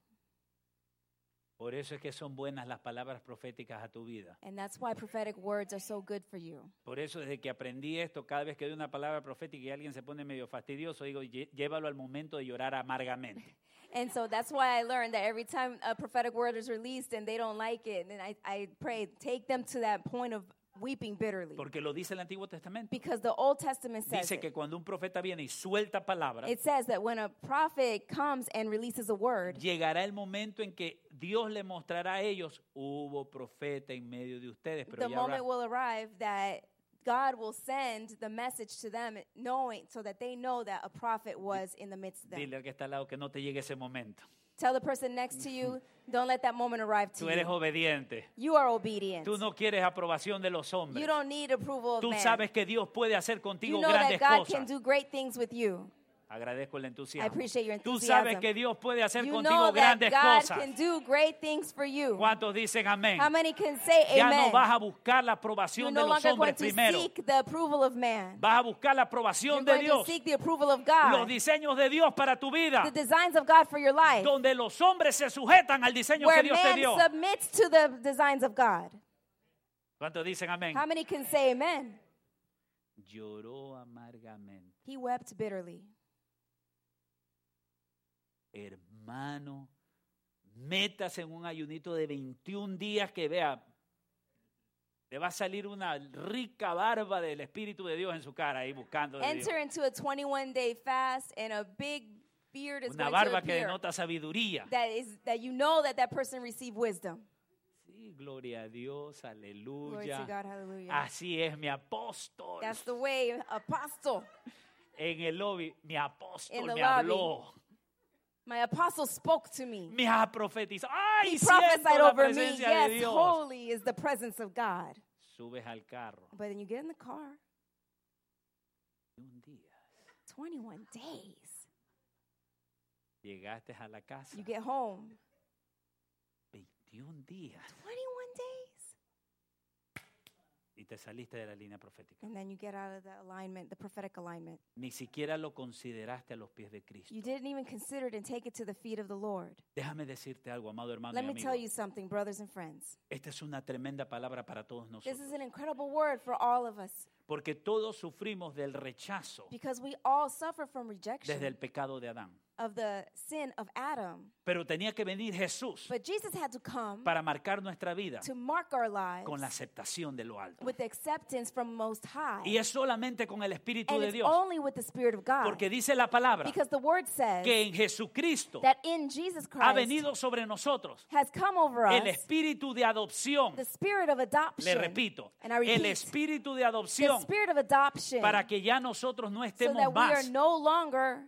A: Por eso es que son buenas las palabras proféticas a tu vida.
B: And that's why prophetic words are so good for you.
A: Por eso desde que aprendí esto, cada vez que doy una palabra profética y alguien se pone medio fastidioso, digo, "Lle- llévalo al momento de llorar amargamente.
B: And so that's why I learned that every time a prophetic word is released and they don't like it, and I, I pray, take them to that point of weeping bitterly.
A: Porque lo dice el Antiguo Testamento.
B: Because the Old Testament says
A: Dice
B: it.
A: que cuando un profeta viene y suelta palabras,
B: It says that when a prophet comes and releases a word,
A: llegará el momento en que Dios le mostrará a ellos, hubo profeta en medio de ustedes, pero
B: the
A: ya habrá-
B: moment will arrive that God will send the message to them, knowing so that they know that a prophet was in the midst of them.
A: dile al que está al lado que no te llegue ese momento.
B: Tell the person next to
A: [LAUGHS]
B: you, don't let that moment arrive to
A: Tú eres
B: you.
A: obediente.
B: You are obedient.
A: Tú no quieres aprobación de los
B: You
A: hombres.
B: don't need approval of
A: Tú
B: man.
A: sabes que Dios puede hacer
B: You
A: contigo
B: know that
A: grandes
B: God
A: cosas.
B: can do great things with you.
A: Agradezco el
B: I
A: entusiasmo.
B: appreciate your
A: Tú
B: enthusiasm.
A: sabes que Dios puede hacer
B: You know
A: contigo
B: that
A: grandes
B: God can
A: cosas.
B: do great things for you.
A: ¿Cuántos dicen amén?
B: How many can say
A: Ya no vas
B: amen?
A: a buscar la
B: You're
A: aprobación de
B: no
A: los
B: longer going
A: hombres
B: to
A: primero.
B: seek the approval of man.
A: Vas a buscar la
B: You're
A: aprobación de
B: going to
A: Dios.
B: seek the approval of
A: Los
B: God.
A: diseños de Dios para tu vida.
B: The designs of God for your life.
A: Donde los hombres se sujetan al diseño que
B: Where
A: Dios te
B: man
A: dio.
B: submits to the designs of God.
A: ¿Cuántos dicen amén?
B: How many can say amen?
A: Lloró amargamente.
B: He wept bitterly.
A: Hermano, métase en un ayunito de 21 días que vea. Le va a salir una rica barba del Espíritu de Dios en su cara ahí buscando. de Dios.
B: Enter into a 21 day fast and a big beard is
A: Una
B: going to
A: barba que
B: appear.
A: denota sabiduría.
B: That is that you know that that person received wisdom.
A: Sí, gloria a Dios,
B: Glory to
A: aleluya.
B: God, hallelujah.
A: Así es mi apóstol.
B: That's the way, apostle.
A: En el lobby, mi apóstol
B: In the
A: me
B: lobby.
A: habló.
B: My apostle spoke to me.
A: Me ha profetizado. ¡Ay,
B: He
A: siento
B: prophesied
A: la
B: over me.
A: presencia de
B: Yes,
A: Dios!
B: holy is the presence of God.
A: Subes al carro.
B: But then you get in the car,
A: Y Un día
B: 21 days.
A: llegaste a la casa.
B: You get home,
A: 21 días
B: 21 days.
A: y te saliste de la línea profética.
B: And then you get out of the alignment, the prophetic alignment.
A: Ni siquiera lo consideraste a los pies de Cristo.
B: You didn't even consider it and take it to the feet of the Lord.
A: Déjame decirte algo, amado hermano
B: Let
A: y
B: me
A: amigo.
B: tell you something, brothers and friends.
A: Esta es una tremenda palabra para todos
B: This
A: nosotros.
B: is an incredible word for all of us
A: Porque todos sufrimos del rechazo
B: because we all suffer from
A: desde el
B: rejection
A: pecado de Adán.
B: of the sin of Adam.
A: Pero tenía que venir Jesús
B: But Jesus had to come
A: para marcar nuestra vida
B: to mark our lives
A: con la aceptación de lo alto.
B: with acceptance from Most High.
A: Y es solamente con el Espíritu
B: and
A: de
B: it's
A: Dios.
B: only with the Spirit of God.
A: Porque dice la palabra
B: because the Word says
A: que en Jesucristo
B: that in Jesus
A: ha
B: Christ
A: venido sobre nosotros
B: has come over
A: el
B: us
A: Espíritu de adopción.
B: the Spirit of adoption.
A: Le repito,
B: and I repeat,
A: el Espíritu de
B: the
A: adopción
B: Spirit of adoption
A: para que ya nosotros no
B: so
A: estemos
B: that we are
A: más
B: no longer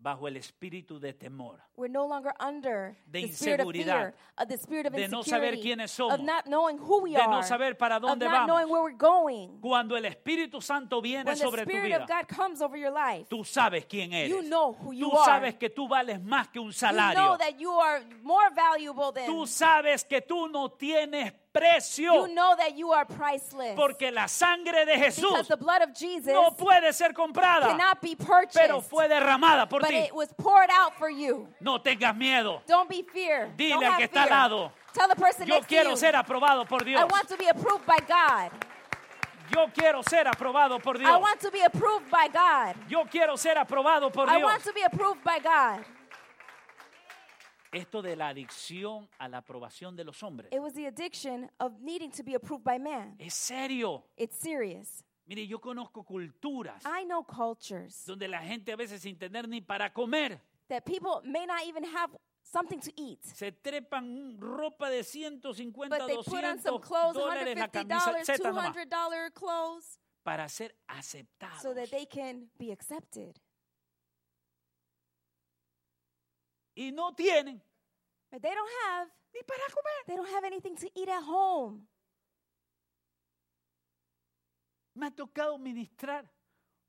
A: bajo el espíritu de temor.
B: We're no longer under
A: De
B: the spirit of
A: inseguridad.
B: fear, of the spirit of
A: De no saber
B: insecurity,
A: quiénes somos.
B: of not knowing who we
A: De no
B: are,
A: saber para
B: of
A: dónde
B: not knowing
A: vamos.
B: where we're going.
A: Cuando el Espíritu Santo viene
B: When the
A: sobre tu
B: spirit
A: vida,
B: of God comes over your life,
A: tú sabes quién eres.
B: You know who you
A: tú
B: are.
A: sabes que tú vales más que un
B: you know
A: salario.
B: that you are more valuable than.
A: Tú sabes que tú no tienes precio
B: you know that you are priceless.
A: porque la sangre de
B: because
A: Jesús
B: the blood of Jesus
A: no puede ser comprada,
B: cannot be purchased,
A: pero fue derramada por
B: but
A: ti.
B: it was poured out for you.
A: No tengas miedo.
B: Don't be fear.
A: Dile
B: Don't
A: al
B: have
A: que está al
B: fear.
A: lado,
B: Tell the person
A: Yo
B: next to
A: quiero
B: you,
A: ser aprobado por
B: I
A: Dios.
B: want to be approved by God.
A: Yo quiero ser aprobado por
B: I
A: Dios.
B: want to be approved by God.
A: Oh, Yo quiero ser aprobado por
B: I
A: Dios.
B: want to be approved by God.
A: Esto de la adicción a la aprobación de los hombres.
B: It was the addiction of needing to be approved by man.
A: Es serio.
B: It's serious.
A: Mire, yo conozco culturas
B: I know cultures
A: donde la gente a veces sin tener ni para comer
B: that people may not even have something to eat,
A: se trepan un- ropa de 150,
B: but they put on
A: 200
B: some clothes,
A: dólares la
B: $150,
A: camisa etcétera, nomás,
B: $200 clothes,
A: para ser aceptados.
B: so that they can be accepted.
A: y no tienen
B: But they don't have,
A: ni para comer.
B: they don't have anything to eat at home.
A: Me ha tocado ministrar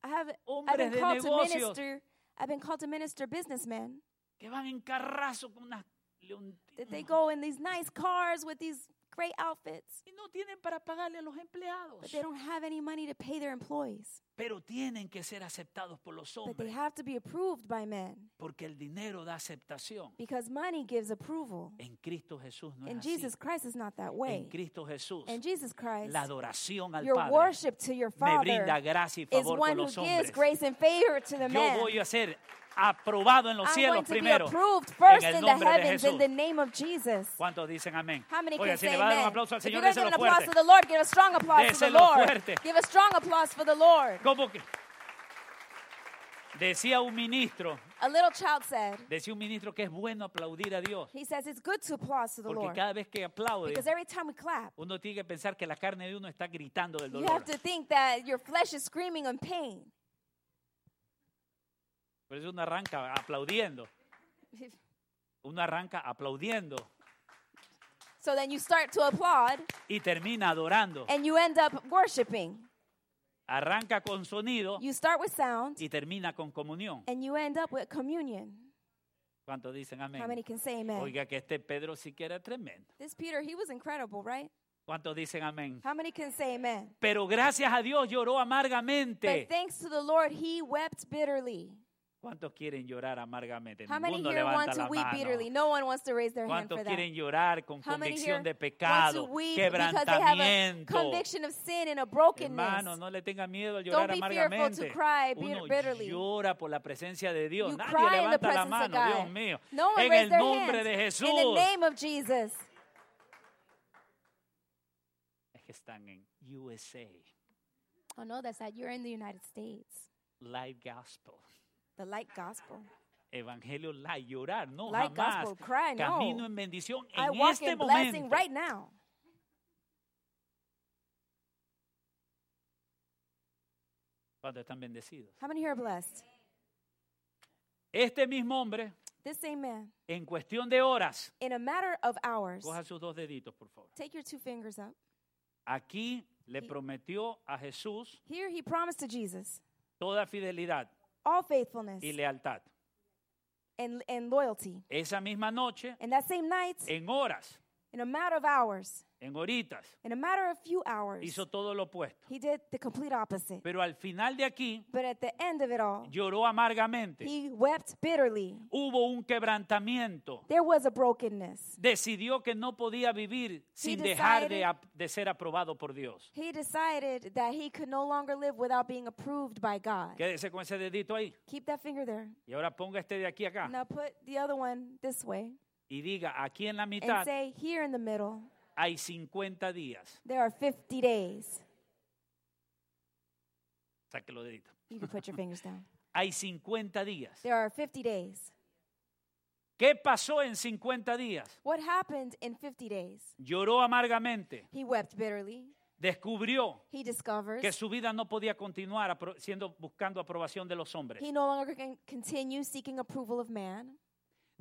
B: I have, I've
A: hombres
B: been
A: de
B: called to
A: negocios
B: minister. I've been called to minister businessmen.
A: que van en carrazo con unas leontinas
B: That they go in these nice cars with these great outfits,
A: y no tienen para pagarle a los empleados.
B: but they don't have any money to pay their employees.
A: Pero tienen que ser aceptados por los
B: But they
A: hombres
B: have to be approved by men
A: porque el dinero da aceptación.
B: because money gives approval.
A: En Cristo Jesús no es
B: And
A: así.
B: Jesus Christ is not that way.
A: En Cristo Jesús
B: And Jesus Christ,
A: la adoración al
B: your
A: Padre
B: worship to your
A: me brinda
B: Father
A: gracia y
B: is
A: favor con
B: one
A: los
B: who gives
A: hombres.
B: grace and favor to
A: Yo
B: the man.
A: voy a ser aprobado en los
B: I'm
A: cielos
B: going to be
A: primero.
B: approved
A: En
B: first
A: el
B: in the
A: nombre de
B: heavens in
A: Jesús.
B: the name of Jesus.
A: ¿Cuántos dicen amén?
B: How many
A: Oiga,
B: can
A: si
B: say
A: le va a dar un
B: amen?
A: aplauso al
B: If you're
A: Señor,
B: going to give
A: déselo
B: an applause
A: fuerte.
B: to the Lord, give a strong applause to the
A: Déselo
B: Lord.
A: fuerte.
B: Give a strong applause for the Lord.
A: ¿Cómo que? Decía un ministro,
B: A little child said,
A: decía un ministro que es bueno aplaudir a Dios,
B: He says it's good to applaud to the
A: porque
B: Lord.
A: cada vez que aplaude,
B: Because every time we clap,
A: uno tiene que pensar que la carne de uno está gritando del
B: you
A: dolor.
B: have to think that your flesh is screaming in pain. [LAUGHS]
A: Por eso uno arranca aplaudiendo, uno arranca aplaudiendo
B: So then you start to applaud
A: y termina adorando.
B: and you end up worshiping.
A: Arranca con sonido
B: You start with sound
A: y termina con comunión.
B: and you end up with communion.
A: ¿Cuántos dicen
B: How many
A: amén?
B: can say amen?
A: Oiga, que este Pedro sí que era tremendo.
B: This Peter, he was incredible, right?
A: ¿Cuántos dicen amén?
B: How many can say amen?
A: Pero gracias a Dios lloró
B: But
A: amargamente.
B: thanks to the Lord, he wept bitterly.
A: ¿Cuántos quieren llorar amargamente?
B: How many
A: Ninguno
B: here want
A: levanta
B: to
A: la
B: weep
A: mano.
B: bitterly? No one wants to raise their hand
A: ¿Cuántos
B: for that.
A: quieren llorar con
B: How many
A: convicción
B: here
A: de
B: want to
A: pecado,
B: weep because they have a
A: quebrantamiento?
B: conviction of sin and a
A: Hermano,
B: brokenness?
A: no le tenga miedo a llorar
B: be fearful
A: amargamente.
B: to cry bit-
A: Uno
B: bitterly.
A: llora por la presencia de Dios.
B: You
A: Nadie
B: cry in the
A: levanta la
B: presence of
A: mano, Dios
B: God.
A: mío.
B: No one
A: en el
B: raised their
A: nombre de
B: hands.
A: Jesús.
B: In the name of Jesus.
A: Es que están en USA,
B: Oh no, that's that you're in the United States.
A: Light Gospel.
B: The light gospel.
A: Evangelio Light, llorar, no
B: Light
A: jamás.
B: gospel, cry, no.
A: Camino en bendición
B: I
A: en
B: walk
A: este
B: in blessing
A: momento.
B: right now.
A: Cuando están bendecidos.
B: How many here are blessed?
A: Este mismo hombre,
B: This same man,
A: en cuestión de horas,
B: in a matter of hours,
A: coja sus dos deditos, por favor.
B: take your two fingers up.
A: Aquí le
B: Y-
A: prometió a Jesús
B: Here he promised to Jesus
A: toda fidelidad
B: all faithfulness
A: y lealtad.
B: and, and loyalty.
A: Esa misma noche,
B: And that same night,
A: en horas,
B: in a matter of hours,
A: en horitas,
B: in a matter of few hours,
A: hizo todo lo opuesto.
B: he did the complete opposite.
A: Pero al final de aquí,
B: But at the end of it all,
A: lloró amargamente.
B: he wept bitterly.
A: Hubo un quebrantamiento.
B: There was a brokenness.
A: Decidió que no podía vivir sin dejar de,
B: decided-
A: ap- de ser aprobado por Dios.
B: He decided that he could no longer live without being approved by God.
A: Quédese con ese dedito ahí.
B: Keep that finger there.
A: Y ahora ponga este de aquí acá.
B: Now put the other one this way
A: Y diga, aquí en la
B: and
A: mitad
B: say, here in the middle,
A: hay 50 días.
B: there are 50 days.
A: Saque los deditos.
B: You can put your fingers down.
A: Hay 50 días.
B: There are 50 days.
A: ¿Qué pasó en 50 días?
B: What happened in 50 days?
A: Lloró amargamente.
B: He wept bitterly.
A: Descubrió
B: He discovers
A: que su vida no podía continuar apro- siendo buscando aprobación de los hombres.
B: he no longer can continue seeking approval of man.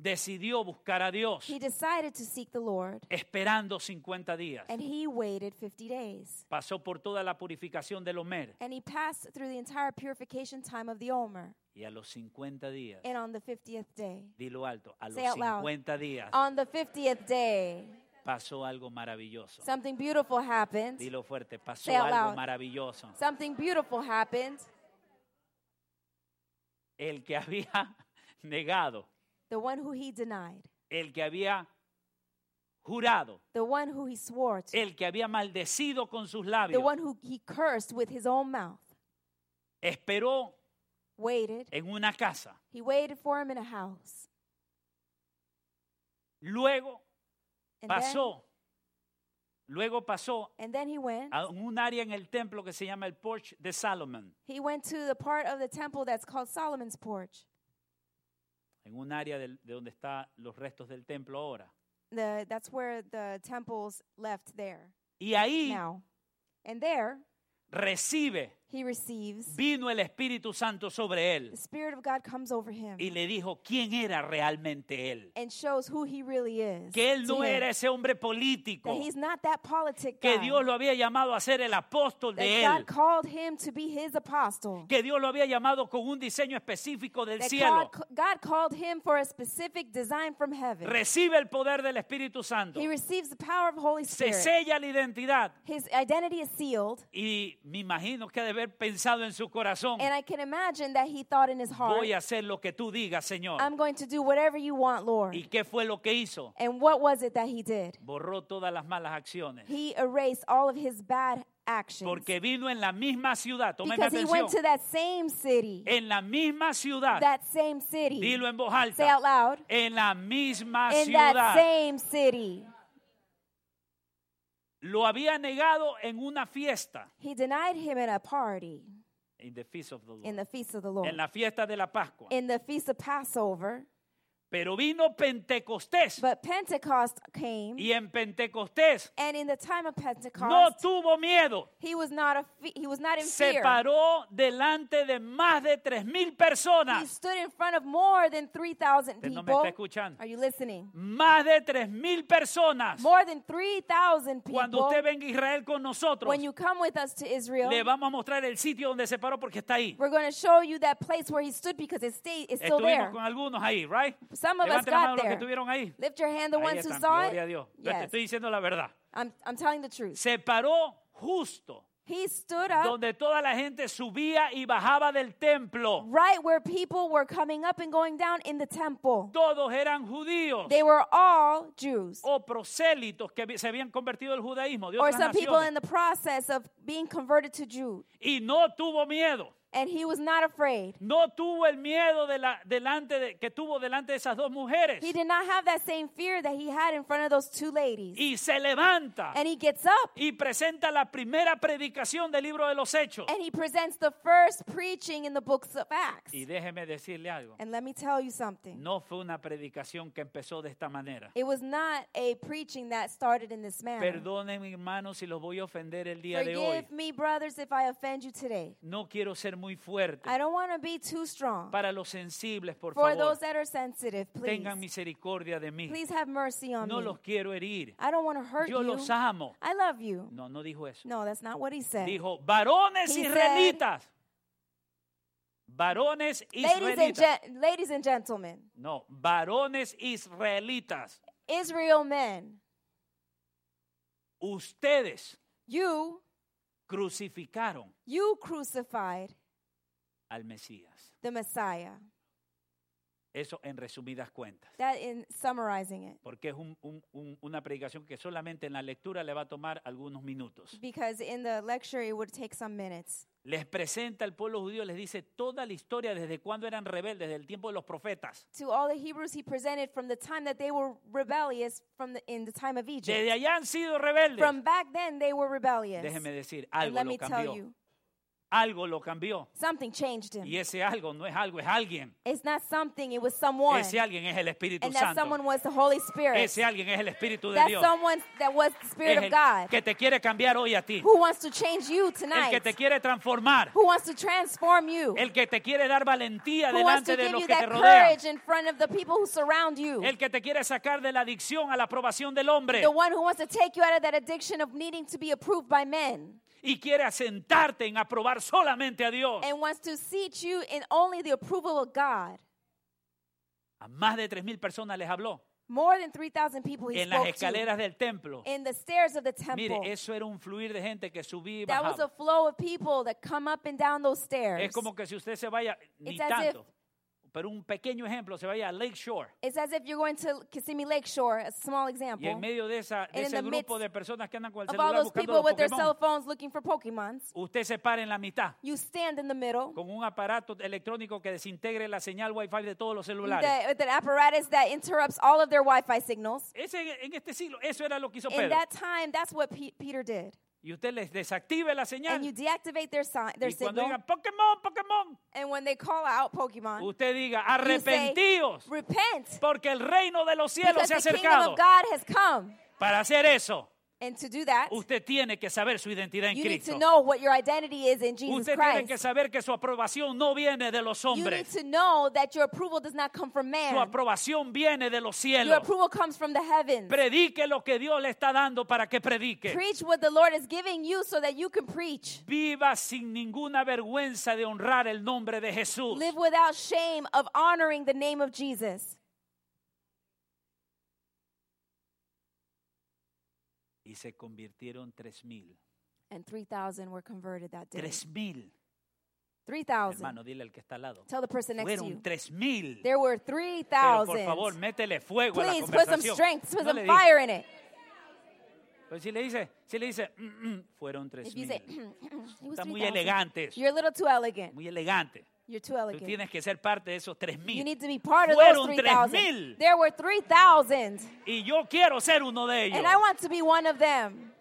A: Decidió buscar a Dios
B: He decided to seek the Lord,
A: esperando 50 días.
B: and he waited 50 days.
A: Pasó por toda la purificación del Homer
B: And he passed through the entire purification time of the Omer.
A: y a los 50 días,
B: And on the 50th day,
A: dilo alto, a los
B: Say out loud.
A: 50 días
B: on the 50th day,
A: pasó algo maravilloso.
B: something beautiful happened.
A: Dilo fuerte, pasó
B: Say out
A: algo
B: loud.
A: maravilloso.
B: Something beautiful happened.
A: El que había [LAUGHS] negado,
B: The one who he denied,
A: el que había jurado,
B: the one who he swore to,
A: el que había maldecido con sus
B: the
A: labios,
B: one who he cursed with his own mouth,
A: esperó
B: waited.
A: en una casa
B: He waited for him in a house.
A: Luego
B: And then,
A: pasó, luego pasó
B: and then he went.
A: a un área en el templo que se llama el Porch de Salomón,
B: He went to the part of the temple that's called Solomon's porch,
A: en un área del- de donde están los restos del templo ahora.
B: the, that's where the temple's left there
A: Y ahí
B: now. And there
A: recibe,
B: he receives
A: vino el Espíritu Santo sobre él
B: the Spirit of God comes over him
A: y le dijo quién era realmente él.
B: and shows who he really is.
A: Que él
B: to
A: no
B: him.
A: era ese hombre político,
B: that he's not that politic
A: que
B: guy.
A: Dios lo había llamado a ser el apóstol
B: that
A: de
B: God
A: él,
B: called him to be his apostle.
A: que Dios lo había llamado con un diseño específico del
B: That
A: cielo.
B: God, God called him for a specific design from heaven.
A: Recibe el poder del Espíritu Santo,
B: he receives the power of Holy
A: se
B: Spirit.
A: sella la identidad
B: His identity is sealed,
A: y me imagino que ha de haber pensado en su corazón,
B: and I can imagine that he thought in his heart,
A: voy a hacer lo que tú digas, Señor.
B: I'm going to do whatever you want, Lord.
A: ¿Y qué fue lo que hizo?
B: And what was it that he did?
A: Borró todas las malas acciones.
B: He erased all of his bad actions.
A: Porque vino en la misma ciudad, tómeme
B: because he
A: atención,
B: went to that same city,
A: en la misma ciudad,
B: that same city.
A: dilo en voz
B: Say
A: alta,
B: out loud.
A: en la misma
B: In that
A: ciudad.
B: same city.
A: Lo había negado en una fiesta,
B: He denied him at a party
A: in the feast of the Lord,
B: in the feast of the Lord,
A: en la fiesta de la Pascua.
B: in the feast of Passover.
A: Pero vino Pentecostés
B: But Pentecost came,
A: y en Pentecostés
B: and in the time of Pentecost,
A: no tuvo miedo.
B: he was not a fe- he was not in
A: Se
B: fear.
A: paró delante de más de tres mil
B: He
A: personas.
B: stood in front of more than three thousand
A: Usted no
B: people.
A: me está escuchando.
B: Are you listening?
A: Más de tres mil personas.
B: More than three thousand people.
A: Cuando usted venga a Israel con nosotros,
B: when you come with us to Israel,
A: le vamos a mostrar el sitio donde se paró porque está ahí.
B: we're going to show you that place where he stood because it stayed, it's still
A: Estuvimos
B: there.
A: con algunos ahí, right?
B: Some of us
A: Levanten la mano
B: got
A: los que
B: there.
A: estuvieron ahí.
B: Lift your hand, the
A: Ahí
B: ones who
A: están,
B: saw
A: gloria a
B: it.
A: Dios. Yo te
B: Yes,
A: estoy diciendo la verdad.
B: I'm, I'm telling the truth.
A: Se paró justo
B: He stood up
A: donde toda la gente subía y bajaba del templo.
B: right where people were coming up and going down in the temple.
A: Todos eran judíos
B: They were all Jews,
A: o prosélitos que se habían convertido al judaísmo de
B: or
A: otras
B: some people in
A: naciones.
B: the process of being converted to Jew.
A: Y no tuvo miedo.
B: And he was not afraid.
A: No tuvo el miedo de la- delante de- que tuvo delante de esas dos mujeres.
B: He did not have that same fear that he had in front of those two ladies.
A: Y se levanta
B: And he gets up
A: y presenta la primera predicación del libro de los Hechos.
B: and he presents the first preaching in the books of Acts.
A: Y déjeme decirle algo.
B: And let me tell you something.
A: No fue una predicación que empezó de esta manera.
B: It was not a preaching that started in this manner.
A: Perdónenme, hermanos, si los voy a ofender el día de hoy.
B: Forgive me, brothers, if I offend you today.
A: No quiero ser muy fuerte.
B: I don't want to be too strong.
A: Para los sensibles, por
B: For those
A: favor,
B: that are sensitive, please.
A: tengan misericordia de mí.
B: Please have mercy on
A: No
B: me.
A: los quiero herir.
B: I don't want to hurt
A: Yo
B: you.
A: los amo.
B: I love you.
A: No, no dijo eso.
B: No, that's not what he said.
A: Dijo, varones
B: He said-
A: israelitas. Varones
B: ladies,
A: israelitas.
B: and gen- ladies and gentlemen,
A: No, varones israelitas.
B: Israel men,
A: Ustedes
B: you,
A: crucificaron
B: you crucified
A: al Mesías.
B: the Messiah.
A: Eso en resumidas cuentas.
B: That in summarizing it,
A: Porque es un- un- un- una predicación que solamente en la lectura le va a tomar algunos minutos.
B: because in the lecture it would take some minutes.
A: Les presenta al pueblo judío, les dice toda la historia desde cuando eran rebeldes, desde el tiempo de los profetas.
B: To all the Hebrews, he presented from the time that they were rebellious from the, in the time of
A: Desde
B: Egypt.
A: allá han sido rebeldes.
B: From back then, they were rebellious.
A: Déjeme decir,
B: and
A: algo
B: let
A: lo
B: me tell
A: cambió.
B: you,
A: Algo lo cambió.
B: something changed him.
A: Y ese algo no es algo, es alguien.
B: It's not something, it was someone.
A: Ese alguien es el Espíritu
B: and that someone
A: Santo.
B: was the Holy Spirit.
A: Ese alguien es el Espíritu de
B: That
A: Dios.
B: someone that was the
A: Es
B: Spirit of
A: el
B: God
A: que te quiere cambiar hoy a ti.
B: who wants to change you
A: El
B: tonight,
A: que te quiere transformar.
B: who wants to transform you,
A: El que te quiere dar valentía
B: who wants
A: delante
B: to
A: de
B: give
A: los
B: you
A: que te
B: that
A: rodean.
B: courage in front of the people who surround you,
A: El que te quiere sacar de la adicción a la aprobación del hombre
B: the one who wants to take you out of that addiction of needing to be approved by men
A: y quiere asentarte en aprobar solamente a Dios.
B: and wants to seat you in only the approval of God.
A: A más de 3.000 personas les habló
B: More than 3,000 people he
A: en las
B: spoke to
A: escaleras del templo.
B: in the stairs of the temple.
A: Mire, eso era un fluir de gente que subía y
B: That was a
A: bajaba.
B: flow of people that come up and down those stairs.
A: Es como que si usted se vaya, ni
B: It's as if-
A: tanto, pero un pequeño ejemplo, se vaya a Lakeshore.
B: It's as if you're going to Kissimmee Lakeshore, a small
A: Y en
B: example,
A: medio de, esa, de
B: And in
A: ese
B: the
A: grupo
B: midst
A: de personas que andan con el
B: of all
A: celular
B: those
A: buscando
B: people
A: los
B: with their cell
A: Pokémon,
B: phones looking for Pokemons.
A: usted se para en la mitad
B: You stand in the middle.
A: con un aparato electrónico que desintegre la señal Wi-Fi de todos los celulares.
B: The, with an apparatus that interrupts all of their Wi-Fi signals.
A: Ese, en este siglo, eso era lo que hizo
B: In
A: Pedro.
B: that time, that's what Pe- Peter did.
A: Y usted les desactive la
B: And
A: señal.
B: you deactivate their sign, their
A: y cuando
B: signal.
A: digan Pokémon, Pokémon,
B: And when they call out Pokemon,
A: usted diga
B: you say,
A: arrepentíos,
B: repent,
A: porque el reino de los cielos
B: because
A: se ha
B: the kingdom
A: acercado.
B: of God has come.
A: Para hacer eso,
B: And to do that,
A: usted tiene que saber su identidad en
B: you need to
A: Cristo.
B: know what your identity is in Jesus
A: Usted tiene que
B: Christ.
A: saber que su aprobación no viene de los
B: You need
A: hombres.
B: to know that your approval does not come from
A: Su
B: man.
A: aprobación viene de los
B: Your
A: cielos.
B: approval comes from the heavens.
A: Predique lo que Dios le está dando para que predique.
B: Preach what the Lord is giving you so that you can preach.
A: Viva sin ninguna vergüenza de honrar el nombre de Jesús.
B: Live without shame of honoring the name of Jesus.
A: Y se convirtieron tres mil.
B: And 3,000 were converted that day.
A: Tres mil.
B: 3,000.
A: Hermano, dile al que está al lado.
B: Tell the person next to you.
A: Fueron tres mil.
B: There were
A: Pero por
B: 3,000.
A: favor, métele fuego a la
B: Please put some
A: conversación.
B: strength, put
A: No le
B: some
A: diga-
B: fire in it.
A: Pues si le dice, si le dice, "Mm, mm", fueron tres
B: If you say, [CLEARS THROAT] "Mm,
A: mil.
B: it was
A: Están muy
B: 3,000.
A: elegantes.
B: You're a little too elegant.
A: Muy elegante.
B: You're too
A: Tú
B: elegant.
A: tienes que ser parte de esos tres
B: You
A: mil.
B: need to be part of
A: Fueron
B: those 3,000.
A: 3,000.
B: There were 3,000.
A: Y yo quiero ser uno de ellos.
B: And I want to be one of them.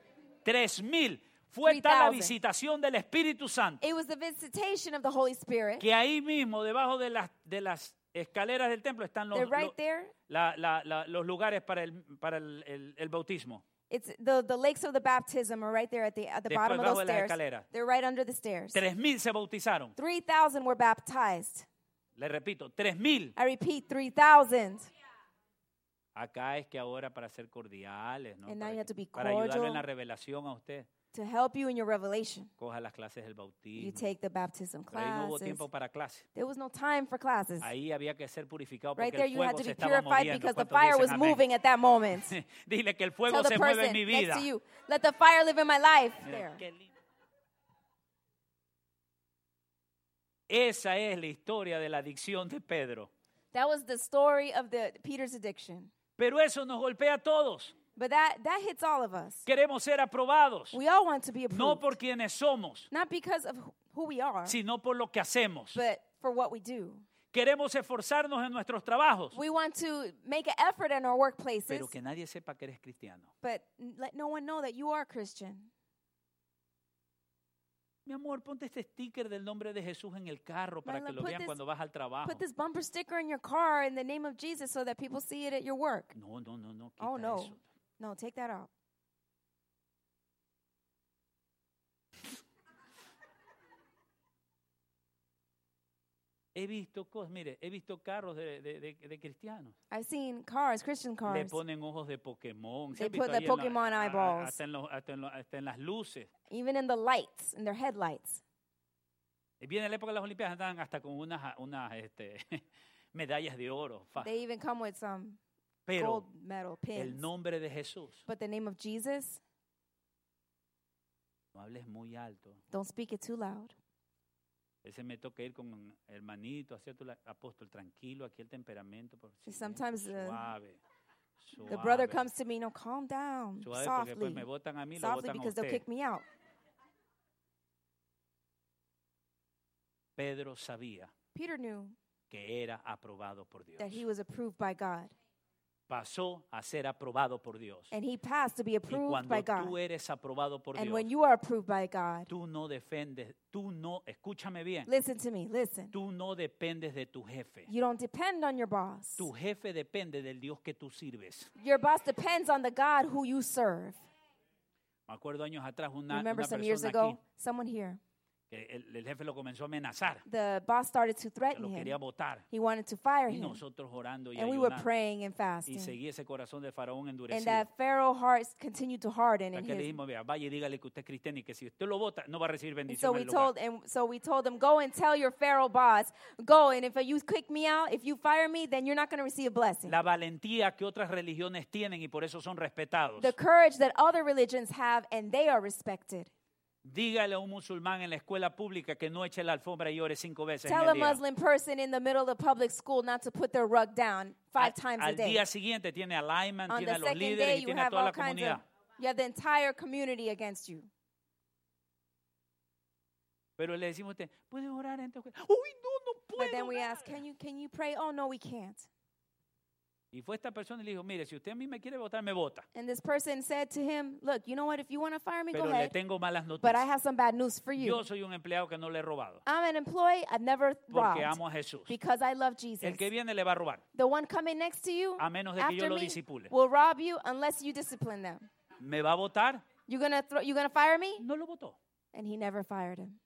A: Tres mil. Fue tal la
B: 3,000.
A: visitación del Espíritu Santo
B: It was the visitation of the Holy Spirit.
A: que ahí mismo, debajo de las, de las escaleras del templo, están los,
B: They're right
A: lo-
B: there.
A: la- la- la- los lugares para el, para el, el- el bautismo.
B: It's the, the lakes of the baptism are right there at the at the
A: Después
B: bottom of
A: bajo
B: those
A: de las
B: stairs.
A: escaleras.
B: They're right under the stairs.
A: Tres mil se bautizaron.
B: 3,000 were baptized.
A: Le repito, tres mil.
B: I repeat, 3,000.
A: Acá es que ahora para ser cordiales, ¿no?
B: And now
A: para,
B: you
A: que-
B: have to be
A: para ayudarle en
B: cordial.
A: la revelación a usted,
B: To help you in your revelation,
A: coja las clases del
B: you
A: bautismo.
B: take the baptism
A: Pero ahí no hubo
B: classes.
A: tiempo para clase.
B: There was no time for classes.
A: Ahí había que ser purificado porque
B: Right there,
A: el
B: you had
A: fuego
B: to
A: se
B: be
A: estaba
B: purified
A: moviendo.
B: because the
A: ¿Cuántos
B: fire
A: dicen
B: was
A: amén?
B: moving at that moment.
A: Dile que [LAUGHS] el
B: Tell
A: fuego
B: the
A: se mueve en mi
B: person
A: vida.
B: next to you, let the fire live in my life.
A: Mira,
B: There.
A: qué lindo. Esa es la historia de la adicción de Pedro.
B: That was the story of the Peter's addiction.
A: Pero eso nos golpea a todos.
B: But that that hits all of us.
A: Queremos ser aprobados,
B: We all want to be
A: no
B: approved,
A: por quienes somos,
B: not because of who- who we are,
A: sino por lo que hacemos.
B: but for what we do.
A: Queremos esforzarnos en nuestros trabajos,
B: We want to make an effort in our workplaces,
A: pero que nadie sepa que eres cristiano.
B: but n- let no one know that you are Christian.
A: Mi amor, ponte este sticker del nombre de Jesús en el carro para
B: Marla,
A: que lo
B: put
A: vean
B: this-
A: cuando vas al trabajo.
B: Put this bumper sticker in your car in the name of Jesus so that people see it at your work.
A: No, no, no, no.
B: Oh
A: quita
B: no.
A: eso.
B: No, take that out.
A: He visto cosas, mire, he visto carros de, de- de- de cristianos.
B: I've seen cars, Christian
A: Le
B: cars,
A: ponen ojos de Pokémon. ¿Sí
B: They
A: has visto
B: put the
A: ahí en la-
B: Pokemon
A: a- a-
B: eyeballs.
A: Hasta en, los- hasta en los- hasta en las luces.
B: even in the lights, in their headlights.
A: Y Viene la época de las Olimpiadas, andan hasta con unas, a- unas este, [LAUGHS] medallas de oro. fa-
B: They even come with some gold
A: Pero
B: medal
A: el
B: pins.
A: nombre de Jesús,
B: But the name of Jesus,
A: no hables muy alto.
B: don't speak it too loud.
A: Ese me toca ir con un hermanito, así a tu la- apóstol, tranquilo, aquí el temperamento. Por,
B: Sí, sometimes the-
A: suave,
B: The brother
A: suave,
B: comes to me, no, calm down,
A: suave, porque después
B: softly,
A: me votan a mí, lo votan
B: softly,
A: a
B: because they'll
A: usted.
B: kick me out.
A: Pedro sabía
B: Peter knew
A: que era aprobado por Dios.
B: that he was approved by God,
A: Pasó a ser aprobado por Dios.
B: and he passed to be
A: Y
B: approved
A: cuando
B: by God.
A: tú eres aprobado por
B: And
A: Dios,
B: when you are approved by God,
A: tú no defiendes, tú no, escúchame bien,
B: listen to me, listen.
A: tú no dependes de tu jefe.
B: You don't depend on your boss.
A: Tu jefe depende del Dios que tú sirves.
B: Your boss depends on the God who you serve.
A: Me acuerdo años atrás una,
B: Remember
A: una
B: some years
A: persona
B: ago,
A: aquí,
B: someone here,
A: que el, el jefe lo comenzó a amenazar,
B: the boss started to
A: que lo
B: threaten
A: quería
B: him.
A: votar.
B: He wanted to fire
A: Y
B: him.
A: nosotros orando y
B: And we were
A: ayunando,
B: praying and
A: y
B: fasting.
A: seguí ese corazón de faraón endurecido.
B: And that Pharaoh heart continued to harden
A: Hasta
B: in
A: que le
B: his
A: dijimos, vea, vaya y dígale que usted es cristiano y que si usted lo vota, no va a recibir
B: And
A: bendición
B: so
A: en
B: we
A: el lugar.
B: told and so we told them, go and tell your Pharaoh boss, go and if you kick me out, if you fire me, then you're not going to receive a blessing.
A: La valentía que otras religiones tienen y por eso son respetados.
B: The courage that other religions have, and they are respected.
A: Dígale a un musulmán en la escuela pública que no eche la alfombra y ore cinco veces en
B: Tell
A: el
B: a
A: día.
B: Muslim person in the middle of public school not to put their rug down
A: Al-
B: five times
A: al
B: a day.
A: día siguiente tiene a Lyman,
B: On
A: tiene
B: the
A: a los
B: second
A: líderes
B: day,
A: y
B: you
A: tiene a
B: have
A: toda
B: all
A: la
B: kinds of,
A: comunidad.
B: you have the entire community against you.
A: Pero le decimos a usted, ¿puedes orar en tu escuela? Uy, no, no
B: But
A: puedo.
B: then we
A: orar".
B: ask, can you can you pray? Oh no, we can't.
A: Y fue esta persona y le dijo, mire, si usted a mí me quiere votar, me vota.
B: And this person said to him, look, you know what? If you want to fire me, go
A: Pero le
B: ahead.
A: tengo malas
B: But I
A: noticias.
B: have some bad news for
A: Yo
B: you.
A: soy un empleado que no le he robado.
B: I'm an employee. I've never
A: Porque
B: robbed
A: amo a Jesús.
B: because I love Jesus.
A: El que viene le va a robar.
B: The one coming next to you
A: A menos de que yo
B: after
A: lo
B: me
A: discipule.
B: will rob you unless you discipline them.
A: ¿Me va a votar?
B: You're gonna throw, you're gonna fire me?
A: No lo votó.
B: And he never fired him.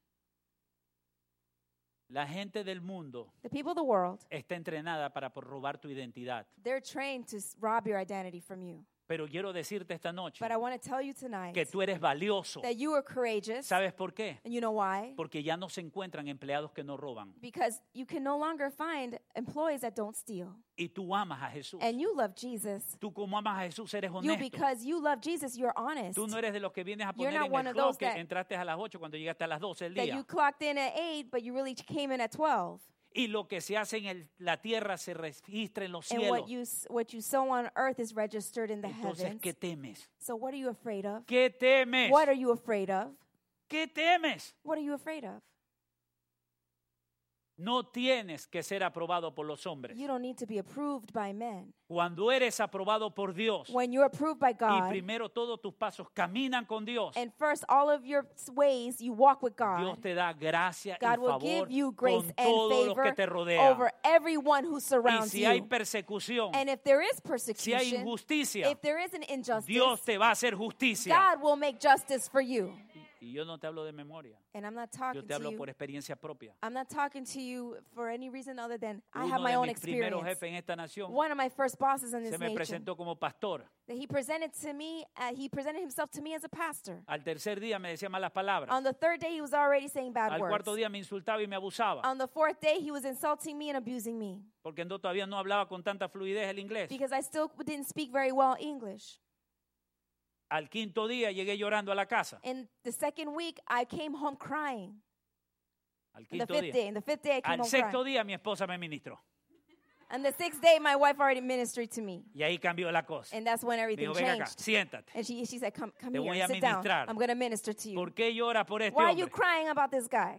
A: La gente del mundo
B: The people of the world,
A: está entrenada para por robar tu identidad.
B: they're trained to s- rob your identity from you.
A: Pero quiero decirte esta noche
B: But I want to tell you tonight
A: que tú eres valioso.
B: that you are courageous.
A: ¿Sabes por qué?
B: And you know why?
A: Porque ya no se encuentran empleados que no roban.
B: Because you can no longer find employees that don't steal.
A: Y tú amas a Jesús.
B: And you love Jesus.
A: Tú como amas a Jesús eres
B: You,
A: honesto.
B: because you love Jesus, you're honest.
A: Tú no eres de los que vienes a
B: You're
A: poner
B: not
A: en
B: one
A: el
B: of
A: clock
B: those
A: que
B: that-
A: entraste a las 8 cuando llegaste a las 12 el
B: That you
A: día.
B: clocked in at 8, but you really came in at 12.
A: Y lo que se hace en el- la tierra se registra en los
B: And what
A: cielos.
B: you, s- what you sow on earth is registered in the
A: Entonces,
B: heavens.
A: ¿qué temes?
B: So what are you afraid of?
A: ¿Qué temes?
B: What are you afraid of?
A: ¿Qué temes?
B: What are you afraid of?
A: No tienes que ser aprobado por los hombres.
B: You don't need to be approved by men.
A: Cuando eres aprobado por Dios
B: When you're approved
A: y
B: by God,
A: primero todos tus pasos caminan con Dios,
B: and first all of your s- ways you walk with
A: Dios
B: God,
A: te da gracia y
B: God will
A: favor
B: give you grace
A: con
B: and
A: todos los que te
B: favor
A: rodean.
B: over everyone who
A: Y
B: surrounds
A: si hay
B: you.
A: persecución,
B: And if there is
A: si hay
B: persecution,
A: injusticia,
B: if there is an injustice,
A: Dios te va a hacer justicia.
B: God will make justice for you.
A: Y yo no te hablo de memoria,
B: And I'm not
A: yo
B: talking
A: te
B: to
A: hablo
B: you.
A: por experiencia propia.
B: I'm not talking to you for any reason other than I have
A: Uno
B: my
A: de
B: own
A: mis primeros
B: experience.
A: jefes en esta nación
B: One of my first bosses in
A: se
B: this
A: me
B: nation,
A: presentó como pastor.
B: that he presented to me, uh, he presented himself to me as a pastor.
A: Al tercer día me decía malas palabras.
B: On the third day, he was already saying bad
A: Al
B: words.
A: cuarto día me insultaba y me abusaba
B: On the fourth day, he was insulting me and abusing me
A: porque no, todavía no hablaba con tanta fluidez el inglés.
B: because I still didn't speak very well English.
A: Al quinto día llegué llorando a la casa.
B: In the second week, I came home crying.
A: Al
B: In the
A: quinto
B: fifth
A: día.
B: day, in the fifth day, I came
A: Al
B: home
A: sexto
B: crying.
A: día mi esposa me ministró.
B: And the sixth day, my wife already ministered to me,
A: Y ahí cambió la cosa.
B: and that's when
A: Me
B: everything
A: dijo, ven acá,
B: changed.
A: siéntate.
B: And she, she said, "Come, come
A: Te voy
B: here,
A: a
B: sit down.
A: ministrar.
B: I'm going to minister to you."
A: ¿Por qué llora por este
B: Why are you
A: hombre?
B: crying about this guy?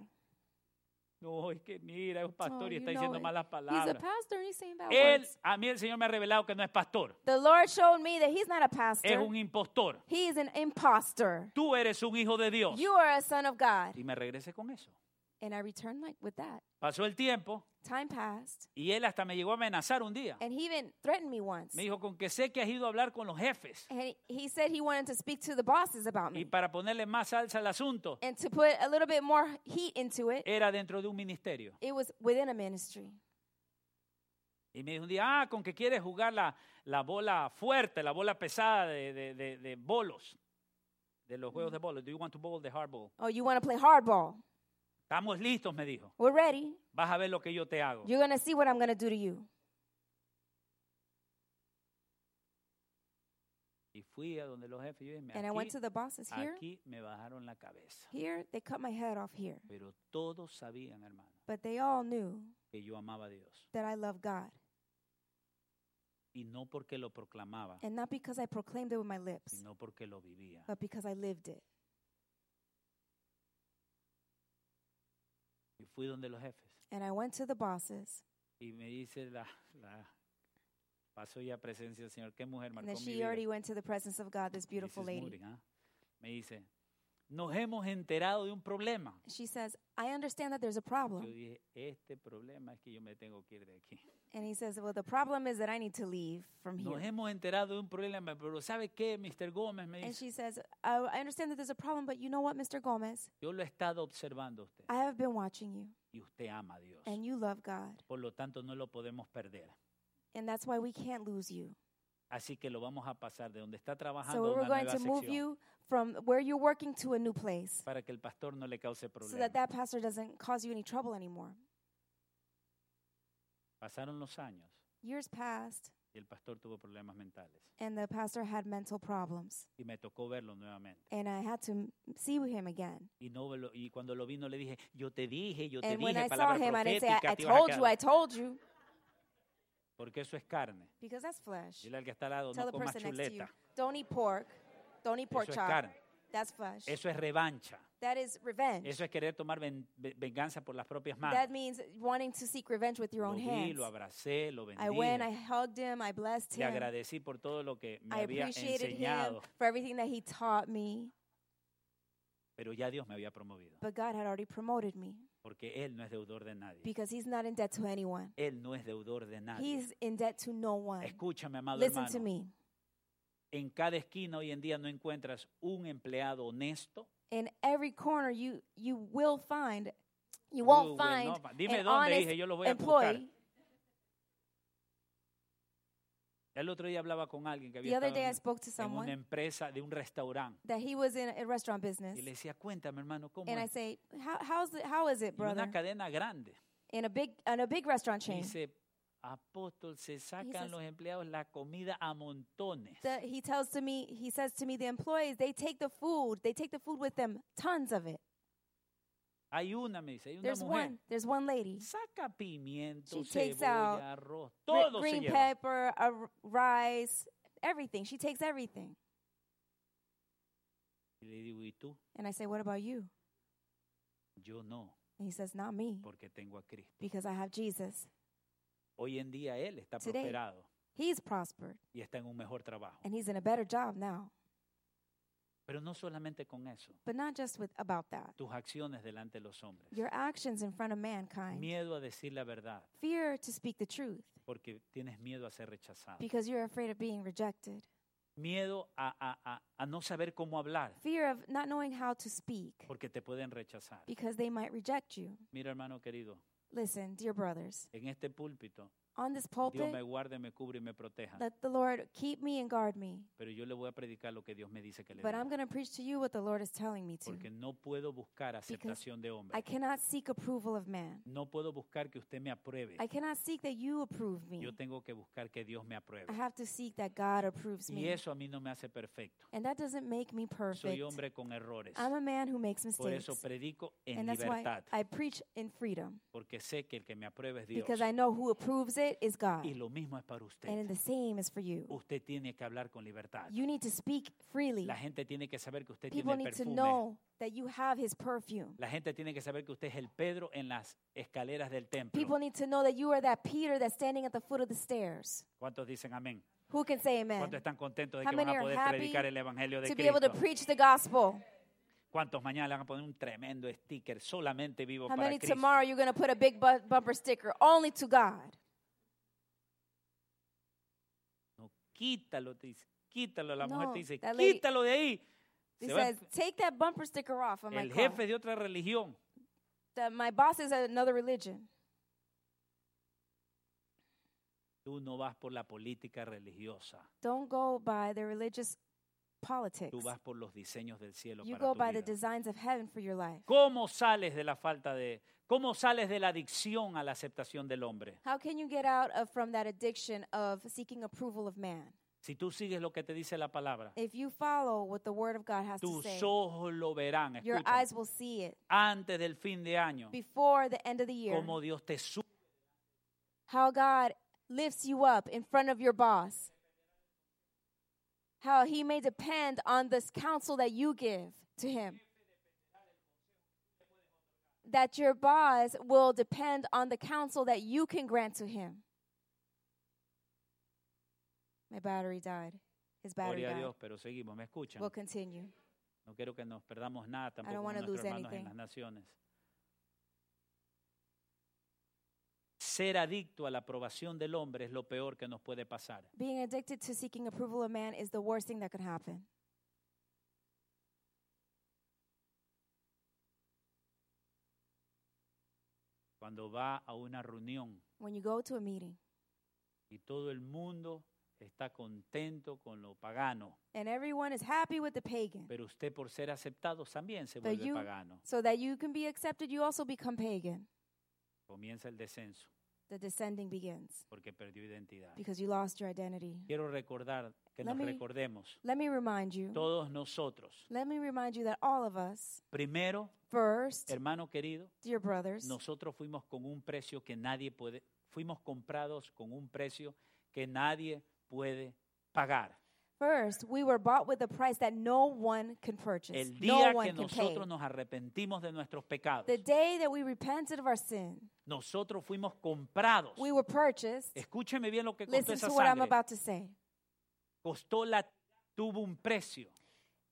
A: No, es que mira, es un
B: Oh,
A: pastor y
B: you
A: está
B: know
A: diciendo
B: it.
A: malas
B: He's a
A: palabras.
B: pastor. and He's saying bad
A: Él,
B: words.
A: a mí el Señor me ha revelado que no es pastor,
B: The Lord showed me that he's not a
A: es
B: pastor.
A: un impostor.
B: He is an imposter.
A: Tú eres un hijo de Dios.
B: You are a son of God.
A: Y me regresé con eso.
B: And I returned like with that.
A: Pasó el tiempo
B: Time passed,
A: y él hasta me llegó a amenazar un día.
B: and he even threatened me once.
A: Me dijo, con que sé que has ido a hablar con los jefes
B: And he- he said he wanted to speak to the bosses about
A: y
B: me.
A: para ponerle más salsa al asunto,
B: And to put a little bit more heat into it,
A: era dentro de un ministerio.
B: it was within a ministry.
A: Y me dijo un día, ah, con que quieres jugar la, la bola fuerte, la bola pesada de, de- de- de bolos, de los juegos de
B: Mm.
A: bolos. Do you want to bowl the hard ball?
B: Oh, you want to play hardball?
A: Estamos listos, me dijo.
B: We're ready.
A: Vas a ver lo que yo te hago.
B: You're going to see what I'm going to do to you.
A: Y fui a donde los jefes. y Yo dije,
B: And I went
A: aquí,
B: to the bosses here.
A: aquí me bajaron la cabeza.
B: Here, they cut my head off here.
A: Pero todos sabían, hermano,
B: But they all knew
A: que yo amaba a Dios.
B: that I love God.
A: Y no porque lo proclamaba,
B: And not because I proclaimed it with my lips,
A: sino porque lo vivía.
B: but because I lived it.
A: Y fui donde los jefes.
B: And I went to the bosses.
A: Y me dice la... la paso ya a presencia del Señor. Qué mujer
B: And
A: marcó mi
B: then she
A: vida.
B: already went to the presence of God, this beautiful
A: Mrs.
B: lady.
A: Moody, ¿ah? Me dice, nos hemos enterado de un problema.
B: She says, I understand that there's a
A: Yo
B: problem.
A: dije, este problema es que yo me tengo que ir de aquí.
B: And he says, Well, the problem is that I need to leave from
A: Nos
B: here.
A: hemos enterado de un problema, pero ¿sabe qué, Mr. Gómez? Me
B: And
A: dice,
B: she says, I, I understand that there's a problem, but you know what, Mr. Gomez?
A: yo lo he estado observando a usted
B: I have been watching you,
A: y usted ama a Dios.
B: and you love God.
A: Por lo tanto, no lo podemos perder.
B: And that's why we can't lose you.
A: Así que lo vamos a pasar de donde está
B: So
A: trabajando a
B: we're
A: una
B: going
A: nueva
B: to move
A: sección
B: you from where you're working to a new place
A: para que el pastor no le cause
B: so that
A: problemas.
B: that pastor doesn't cause you any trouble anymore.
A: Pasaron los años
B: Years passed,
A: Y el pastor tuvo problemas mentales.
B: and the pastor had mental problems.
A: Y me tocó verlo nuevamente.
B: And I had to m- see him again.
A: Y, no, lo- y cuando lo vino le dije, yo te dije, yo te
B: And when I
A: dije,
B: saw
A: palabra
B: him, I didn't say,
A: profética,
B: I, I
A: te ibas a
B: told you,
A: quedar".
B: I told you,
A: Porque eso es carne.
B: because that's flesh.
A: Dile al que está al lado,
B: Tell
A: no
B: the
A: comas
B: person next to you,
A: chuleta.
B: don't eat pork, don't eat pork
A: Eso es
B: chop.
A: carne.
B: That's flesh.
A: Eso es revancha.
B: That is revenge.
A: Eso es querer tomar ven- ve- venganza por las propias manos.
B: That means wanting to seek revenge with your
A: Lo
B: own
A: vi,
B: hands.
A: lo abracé, lo
B: I went, I
A: bendije.
B: hugged him, I blessed
A: Le
B: him.
A: agradecí por todo lo que me
B: I
A: había
B: appreciated him
A: enseñado.
B: for everything that he taught me.
A: Pero ya Dios me había promovido.
B: But God had already promoted me
A: Porque Él no es deudor de nadie.
B: because he's not in debt to anyone.
A: Él no es deudor de nadie.
B: He's in debt to no one.
A: Escúchame, amado
B: Listen to
A: hermano.
B: me.
A: En cada esquina hoy en día no encuentras un empleado honesto.
B: In every corner you you will find you
A: Uy, güey,
B: won't find
A: no, pa- Dime
B: an
A: dónde
B: honest
A: dije, yo lo voy a buscar.
B: employee.
A: El otro día hablaba con alguien que
B: The
A: había
B: other
A: estado
B: day I
A: en,
B: spoke to
A: en una
B: someone
A: empresa de un restaurante
B: that he was in a restaurant business
A: y le decía, cuéntame, hermano, ¿cómo
B: and I
A: es?
B: say, how, how's it, how is it,
A: Y una
B: brother?
A: cadena grande.
B: In a big in a big restaurant chain.
A: Dice, apóstol, se sacan
B: says-
A: los empleados la comida a montones.
B: The, he tells to me, he says to me, the employees, they take the food, they take the food with them, tons of it.
A: Hay una, me dice, hay una
B: There's
A: mujer.
B: one, there's one lady.
A: Saca pimiento,
B: She takes out
A: cebolla, arroz,
B: Re-
A: todo se
B: green
A: lleva.
B: pepper, a r- rice, everything. She takes everything.
A: Y le digo, ¿y tú?
B: And I say, What about you?
A: Yo no,
B: And he says, Not me,
A: porque tengo a Cristo.
B: because I have Jesus.
A: Hoy en día él está
B: Today.
A: prosperado
B: He's prospered
A: y está en un mejor trabajo.
B: and he's in a better job now.
A: Pero no solamente con eso,
B: But not just with about that.
A: tus acciones delante de los hombres.
B: Your actions in front of mankind.
A: Miedo a decir la verdad,
B: Fear to speak the truth
A: porque tienes miedo a ser rechazado.
B: because you're afraid of being rejected.
A: Miedo a, a- a- a no saber cómo hablar,
B: Fear of not knowing how to speak
A: porque te pueden rechazar.
B: because they might reject you.
A: Mira, hermano querido,
B: Listen, dear brothers,
A: en este púlpito,
B: on this
A: Dios me
B: pulpit,
A: guarde, me cubre y me proteja.
B: let the Lord keep me and guard me.
A: Pero yo le voy a predicar lo que Dios me dice que le
B: But
A: diga.
B: I'm going to preach to you what the Lord is telling me to.
A: Porque no puedo buscar aceptación de
B: I
A: hombre.
B: cannot seek approval of man.
A: No puedo buscar que usted me apruebe.
B: I cannot seek that you approve me.
A: Yo tengo que buscar que Dios me apruebe.
B: I have to seek that God approves
A: Y
B: me.
A: eso a mí no me hace perfecto.
B: And that doesn't make me perfect.
A: Soy hombre con errores.
B: I'm a man who makes
A: Por
B: mistakes.
A: eso predico en
B: And that's why
A: libertad.
B: I preach in freedom.
A: Porque sé que el que me apruebe es Dios.
B: Because I know who approves it is God.
A: Y lo mismo es para
B: And
A: usted.
B: the same is for you.
A: Usted tiene que hablar con libertad.
B: You need to speak freely.
A: La gente tiene que saber que usted tiene
B: People
A: el
B: need to
A: perfume.
B: know that you have his perfume.
A: La gente tiene que saber que usted es el Pedro en las escaleras del
B: People
A: templo.
B: need to know that you are that Peter that's standing at the foot of the stairs.
A: ¿Cuántos dicen amén?
B: Who can say
A: ¿Cuántos
B: amen?
A: están contentos de
B: How
A: que van
B: many
A: a
B: are
A: poder
B: happy
A: predicar el evangelio de
B: To be able to
A: Cristo?
B: preach the gospel.
A: ¿Cuántos mañana le van a poner un tremendo sticker? Solamente vivo
B: How
A: para
B: many
A: Cristo.
B: tomorrow you're going to put a big bu- bumper sticker only to God?
A: No, quítalo, te dice. Quítalo. La mujer
B: No,
A: te dice,
B: that lady-
A: quítalo de ahí.
B: He
A: Se va-
B: says, take that bumper sticker off on my
A: el
B: car.
A: jefe de otra religión.
B: That my boss is another religion.
A: Tú no vas por la política religiosa.
B: Don't go by the religious politics.
A: Tú vas por los diseños del cielo
B: You
A: para
B: go
A: tu
B: by the
A: vida.
B: designs of heaven for your life.
A: ¿Cómo sales de la falta de cómo sales de la adicción a la aceptación del hombre?
B: How can you get out of from that addiction of seeking approval of man?
A: Si tú sigues lo que te dice la palabra,
B: If you follow what the word of God has to
A: tus
B: say,
A: ojos lo verán,
B: your
A: escúchame,
B: eyes will see it
A: antes del fin de año,
B: before the end of the year.
A: cómo Dios te sube.
B: How God lifts you up in front of your boss. How he may depend on this counsel that you give to him. That your boss will depend on the counsel that you can grant to him. My battery died. His battery
A: Gloria a
B: died.
A: Dios, pero seguimos, me escuchan.
B: We'll continue.
A: No quiero que nos perdamos nada tampoco con
B: wanna
A: nuestros
B: lose
A: hermanos en
B: anything.
A: las naciones. Ser adicto a la aprobación del hombre es lo peor que nos puede pasar.
B: Being addicted to seeking approval of man is the worst thing that could happen.
A: Cuando va a una reunión
B: When you go to a meeting
A: y todo el mundo está contento con lo pagano,
B: and everyone is happy with the pagan.
A: pero usted por ser aceptado también se
B: But
A: vuelve
B: you-
A: pagano.
B: So that you can be accepted, you also become pagan.
A: Comienza el descenso.
B: the descending begins
A: porque perdió identidad.
B: because you lost your identity.
A: Quiero recordar que
B: Let
A: nos
B: me-
A: recordemos,
B: Let me remind you,
A: todos nosotros,
B: let me remind you that all of us,
A: primero,
B: first,
A: hermano querido,
B: dear brothers,
A: nosotros fuimos con un precio que nadie puede, fuimos comprados con un precio que nadie puede pagar.
B: first, we were bought with a price that no one can purchase,
A: El
B: no
A: día que
B: one can pay.
A: nosotros nos arrepentimos de nuestros pecados,
B: The day that we repented of our sin,
A: nosotros fuimos comprados.
B: we were purchased.
A: Escúcheme bien lo que costó
B: Listen to
A: esa
B: what I'm
A: sangre.
B: about to say.
A: Costó la tuvo un precio.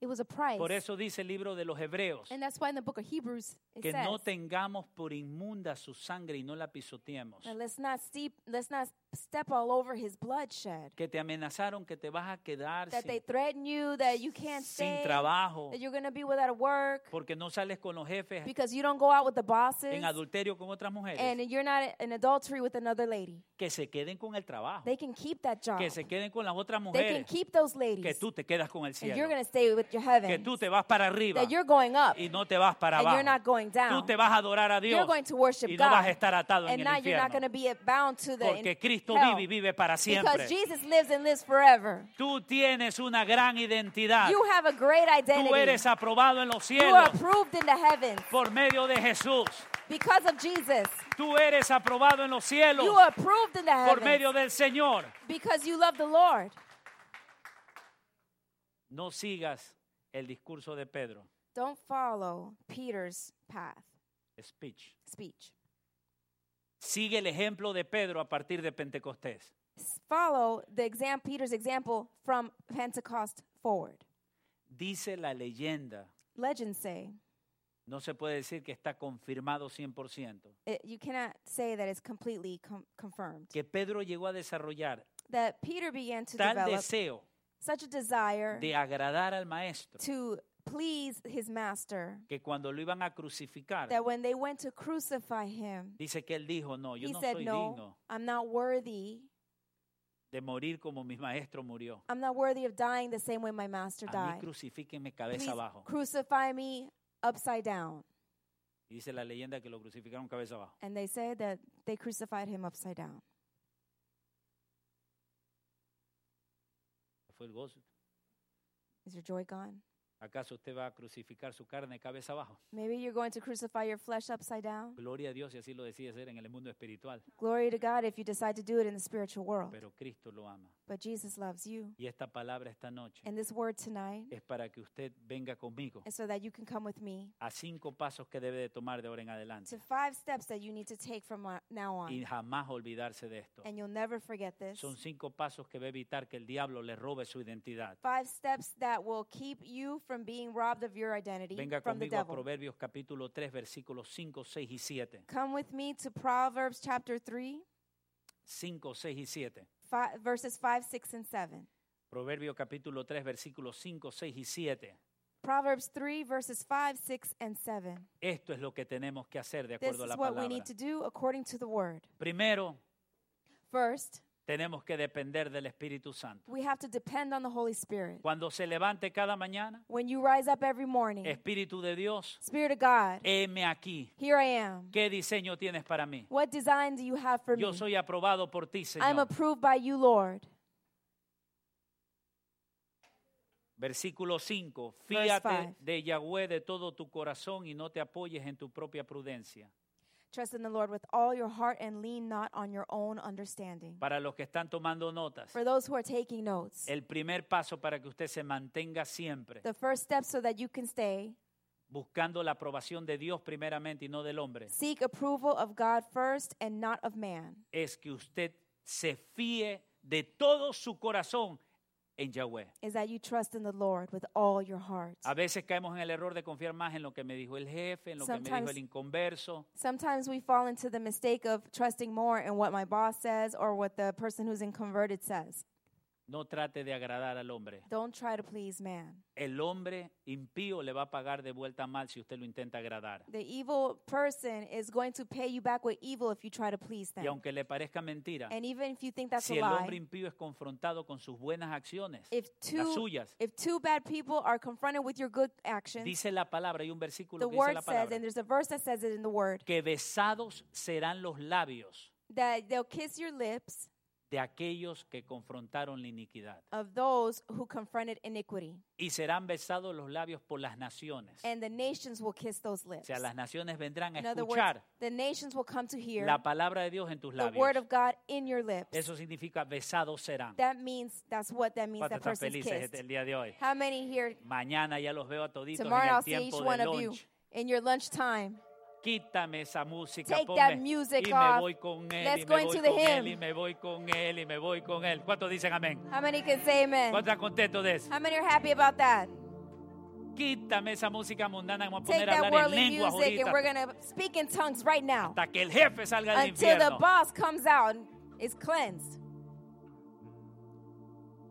B: It was a price.
A: Por eso dice el libro de los Hebreos
B: and that's why in the book of Hebrews it
A: que
B: says,
A: no tengamos por inmunda su sangre y no la pisoteemos.
B: "Now let's not steep, let's not step all over his bloodshed.
A: Que te amenazaron que te vas a quedar
B: That they
A: sin,
B: threaten you, that you can't
A: sin
B: stay,
A: trabajo
B: that you're going to be without work
A: porque no sales con los jefes
B: because you don't go out with the bosses
A: en adulterio con otras mujeres.
B: and you're not in adultery with another lady.
A: Que se queden con el trabajo.
B: They can keep that job.
A: Que se queden con las otras
B: They can
A: mujeres.
B: keep those ladies.
A: Que tú te quedas con el
B: and you're
A: cielo.
B: going to stay with your heaven.
A: Que tú te vas para arriba
B: that you're going up.
A: y no te vas para
B: and you're not
A: abajo.
B: going down.
A: Tú te vas a adorar a Dios
B: you're going to worship
A: y no
B: God.
A: vas a estar atado en
B: and
A: el
B: now you're not
A: infierno.
B: going to be bound to the
A: Porque
B: in-
A: Cristo
B: hell.
A: vive y vive para
B: Because
A: siempre.
B: Jesus lives and lives forever.
A: Tú tienes una gran identidad.
B: You have a great
A: Tú eres
B: identity.
A: aprobado en los
B: You are
A: cielos
B: approved in the heavens
A: por medio de Jesús.
B: because of Jesus.
A: Tú eres aprobado en los cielos
B: You are approved in the
A: por
B: heavens
A: medio del Señor.
B: because you love the Lord.
A: No sigas el discurso de Pedro.
B: Don't follow Peter's path,
A: Speech.
B: speech.
A: Sigue el ejemplo de Pedro a partir de Pentecostés.
B: S- Follow the exam Peter's example from Pentecost forward.
A: Dice la leyenda,
B: Legends say
A: no se puede decir que está confirmado 100%,
B: it, you cannot say that it's completely com- confirmed.
A: que Pedro llegó a desarrollar
B: That Peter began to
A: tal
B: develop
A: deseo
B: such a desire
A: de agradar al maestro
B: to please his master
A: que cuando lo iban a crucificar,
B: that when they went to crucify him,
A: dice que él dijo, no, yo
B: he
A: no
B: said,
A: soy
B: No,
A: digno
B: I'm not worthy.
A: de morir como mi maestro murió.
B: I'm not worthy of dying the same way my master
A: A mí
B: died.
A: crucifíquenme cabeza
B: Please
A: abajo.
B: crucify me upside down.
A: Y dice la leyenda que lo crucificaron cabeza abajo.
B: And they said that they crucified him upside down.
A: Fue el gozo.
B: Is your joy gone?
A: ¿Acaso usted va a crucificar su carne cabeza abajo?
B: Maybe you're going to crucify your flesh upside down.
A: Gloria a Dios si así lo decide hacer en el mundo espiritual.
B: Glory to God if you decide to do it in the spiritual world.
A: Pero Cristo lo ama.
B: But Jesus loves you.
A: Y esta palabra esta noche
B: And this word tonight
A: es para que usted venga conmigo
B: is so that you can come with me
A: a cinco pasos que debe de tomar de ahora en adelante
B: to five steps that you need to take from on- now
A: y
B: on.
A: jamás olvidarse de esto.
B: And you'll never forget this.
A: Son cinco pasos que va a evitar que el diablo le robe su identidad.
B: Five steps that will keep you from being robbed of your identity
A: Venga
B: from the
A: conmigo a
B: devil.
A: Proverbios capítulo 3 versículos 5, 6 y 7.
B: Come with me to Proverbs chapter 3,
A: 5, 6 y 7.
B: fi- verses 5, 6, and 7.
A: Proverbios capítulo 3 versículos 5, 6 y 7.
B: Proverbs 3, verses 5, 6, and 7.
A: Esto es lo que tenemos que hacer de
B: This
A: acuerdo a
B: is
A: la
B: what we
A: palabra.
B: need to do according to the word.
A: Primero,
B: First,
A: tenemos que depender del Espíritu Santo.
B: we have to depend on the Holy Spirit.
A: Cuando se levante cada mañana,
B: When you rise up every morning,
A: Espíritu de Dios,
B: Spirit of God,
A: heme aquí.
B: here I am.
A: ¿Qué diseño tienes para mí?
B: What design do you have for
A: Yo
B: me?
A: soy aprobado por ti,
B: I'm
A: Señor.
B: approved by you, Lord.
A: Versículo 5.
B: Verse
A: Fíate
B: five.
A: de Yahweh de todo tu corazón y no te apoyes en tu propia prudencia.
B: Trust in the Lord with all your heart and lean not on your own understanding.
A: Para los que están tomando notas,
B: For those who are taking notes,
A: el primer paso para que usted se mantenga siempre
B: the first step so that you can stay
A: buscando la aprobación de Dios primeramente y no del hombre
B: seek approval of God first and not of man.
A: es que usted se fíe de todo su corazón en Yahweh.
B: Is that you trust in the Lord with all your heart.
A: A veces caemos en el error de confiar más en lo que me dijo el jefe, en lo que me dijo
B: Sometimes-
A: el inconverso,
B: Sometimes we fall into the mistake of trusting more in what my boss says or what the person who's in converted says.
A: No trate de agradar al hombre.
B: Don't try to please man.
A: El hombre impío le va a pagar de vuelta mal si usted lo intenta agradar.
B: The evil person is going to pay you back with evil if you try to please
A: Y
B: them.
A: aunque le parezca mentira,
B: And even if you think that's
A: si
B: a
A: el hombre
B: lie,
A: impío es confrontado con sus buenas acciones,
B: if
A: las
B: two
A: suyas,
B: if two bad people are confronted with your good actions,
A: dice la palabra, hay un versículo
B: the
A: que dice
B: word
A: la
B: says,
A: palabra,
B: and there's a verse that says it in the word,
A: que besados serán los labios
B: that they'll kiss your lips
A: de aquellos que confrontaron la iniquidad.
B: of those who confronted iniquity,
A: Y serán besados los labios por las naciones.
B: and the nations will kiss those
A: O
B: lips.
A: sea, las naciones vendrán a
B: In other words,
A: escuchar
B: the nations will come to hear
A: la palabra de Dios en tus
B: the word
A: labios.
B: of God in your lips.
A: Eso significa besados serán.
B: That means that's what that means.
A: ¿Cuántos están
B: That person's
A: felices
B: kissed.
A: el día de hoy?
B: How many here
A: Mañana ya los veo a toditos en
B: tomorrow? I'll
A: el
B: see each
A: tiempo de
B: one of you
A: lunch.
B: in your lunchtime.
A: Quítame esa música,
B: Take
A: ponme,
B: that music
A: y me
B: off.
A: voy con él,
B: Let's
A: y
B: go
A: me voy
B: into the
A: con él,
B: hymn.
A: y me voy con él, y me voy con él. ¿Cuántos dicen amén?
B: How many can say amen?
A: ¿Cuántos están contentos de eso?
B: How many are happy about that?
A: Quítame esa música mundana, vamos a
B: Take
A: poner a
B: that
A: hablar en
B: worldly
A: lenguas
B: music and we're
A: ahorita,
B: going to speak in tongues right now
A: hasta que el jefe salga del
B: until the
A: infierno.
B: boss comes out and is cleansed.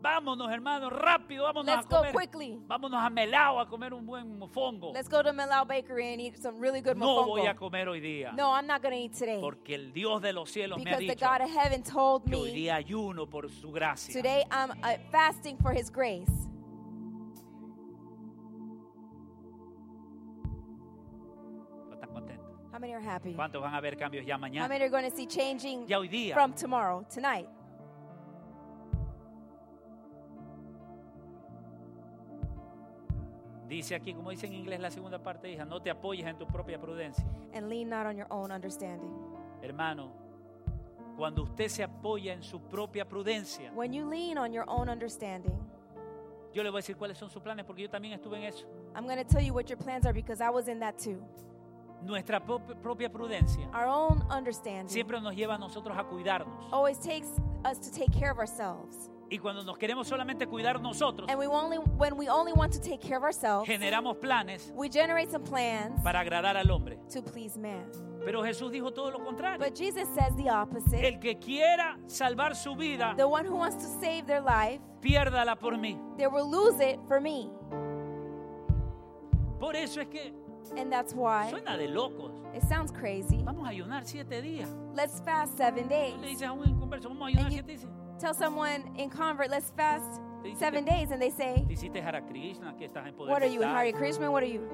A: Vámonos, hermano, rápido, vámonos
B: Let's
A: a
B: go
A: comer.
B: quickly.
A: Vámonos a Melao a comer un buen mofongo.
B: Let's go to Milao Bakery and eat some really good
A: No voy a
B: mofongo.
A: comer hoy día,
B: No, I'm not going to eat today
A: porque el Dios de los cielos me ha
B: because the
A: dicho
B: God of heaven told
A: que hoy
B: me
A: día ayuno por su gracia.
B: today I'm uh, fasting for his grace.
A: ¿Cuántos están contentos?
B: How many are happy?
A: ¿Cuántos van a ver cambios ya
B: How
A: mañana?
B: many are going to see changing
A: Ya hoy día.
B: from tomorrow, tonight?
A: Dice aquí, como dice en inglés la segunda parte, hija, no te apoyes en tu propia prudencia.
B: And lean not on your own understanding.
A: Hermano, cuando usted se apoya en su propia prudencia,
B: When you lean on your own understanding,
A: yo le voy a decir cuáles son sus planes, porque yo también estuve en eso.
B: I'm going to tell you what your plans are because I was in that too.
A: Nuestra prop- propia prudencia
B: Our own understanding
A: siempre nos lleva a nosotros a cuidarnos.
B: always takes us to take care of ourselves.
A: Y cuando nos queremos solamente cuidar nosotros,
B: And we only when we only want to take care of ourselves,
A: generamos planes
B: we generate some plans
A: para agradar al hombre.
B: to please man.
A: Pero Jesús dijo todo lo contrario.
B: But Jesus says the opposite.
A: El que quiera salvar su vida,
B: The one who wants to save their life,
A: piérdala por mí.
B: they will lose it for me.
A: Por eso es que
B: And that's why
A: suena de locos.
B: it sounds crazy.
A: Vamos a ayunar siete días.
B: Let's fast 7
A: Tú le
B: days.
A: dices a un inconverso, vamos a ayunar
B: And you-
A: siete días.
B: Tell someone in convert, let's fast
A: Te dice
B: 7
A: que-
B: days and they say,
A: Te hiciste Hare Krishna, que estás en poder.
B: "What are you in
A: mental.
B: Hare Krishna? What are you?"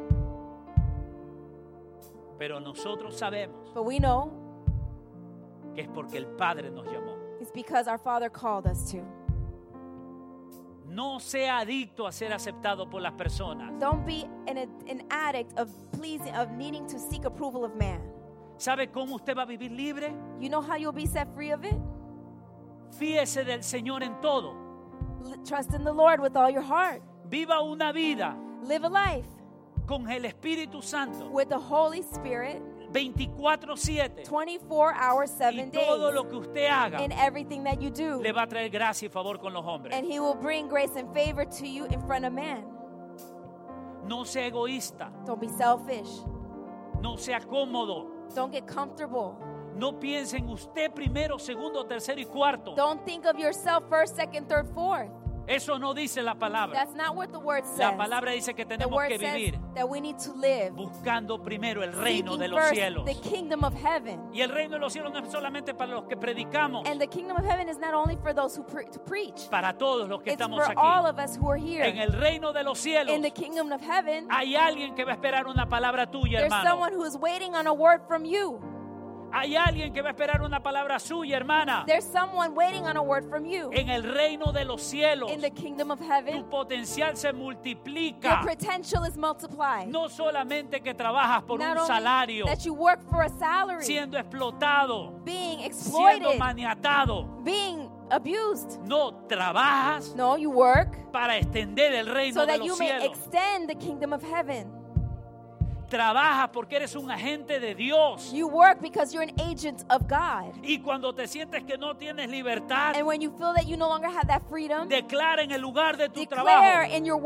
A: Pero nosotros sabemos
B: But we know
A: que es porque el Padre nos llamó.
B: it's because our Father called us to.
A: No sea adicto a ser aceptado por las personas.
B: Don't be an, an addict of pleasing, of needing to seek approval of man.
A: ¿Sabe cómo usted va a vivir libre?
B: You know how you'll be set free of it?
A: Fíese del Señor en todo.
B: L- trust in the Lord with all your heart.
A: Viva una vida
B: Live a life
A: con el Espíritu Santo
B: with the Holy Spirit
A: 24-7.
B: 24 hours,
A: Y
B: 7
A: todo
B: days
A: lo que usted haga
B: in everything that you do.
A: le va a traer gracia y favor con los hombres.
B: And He will bring grace and favor to you in front of man.
A: No sea egoísta.
B: Don't be selfish.
A: No sea cómodo.
B: Don't get comfortable.
A: No piense en usted primero, segundo, tercero y cuarto.
B: Don't think of yourself first, second, third, fourth.
A: Eso no dice la palabra.
B: That's not what the Word says.
A: La palabra dice que
B: the
A: tenemos
B: Word
A: que
B: says
A: vivir
B: that we need to live.
A: buscando primero el reino
B: seeking
A: de los
B: first
A: cielos.
B: The kingdom of heaven.
A: Y el reino de los cielos no es solamente para los que predicamos,
B: And the kingdom of heaven is not only for those who pre- to preach.
A: para todos los que
B: It's
A: estamos
B: for all
A: aquí.
B: of us who are here.
A: En el reino de los cielos
B: In the kingdom of heaven,
A: hay alguien que va a esperar una palabra tuya,
B: there's
A: hermano.
B: someone who is waiting on a word from you.
A: Hay alguien que va a esperar una palabra suya, hermana.
B: There's someone waiting on a word from you.
A: En el reino de los cielos
B: In the kingdom of
A: tu
B: heaven,
A: potencial se
B: your
A: multiplica.
B: potential is multiplied.
A: No solamente que trabajas por
B: not
A: un
B: only
A: salario
B: that you work for a salary,
A: siendo explotado,
B: being
A: siendo
B: exploited,
A: maniatado.
B: being abused.
A: No trabajas
B: No, you work
A: para extender el reino
B: so
A: de
B: that
A: los
B: you may
A: cielos.
B: extend the kingdom of heaven.
A: Trabajas porque eres un agente de Dios.
B: You work because you're an agent of God.
A: Y cuando te sientes que no tienes libertad,
B: And when you feel that you no longer have that freedom,
A: declara en el lugar de tu
B: declare
A: trabajo
B: in your
A: que el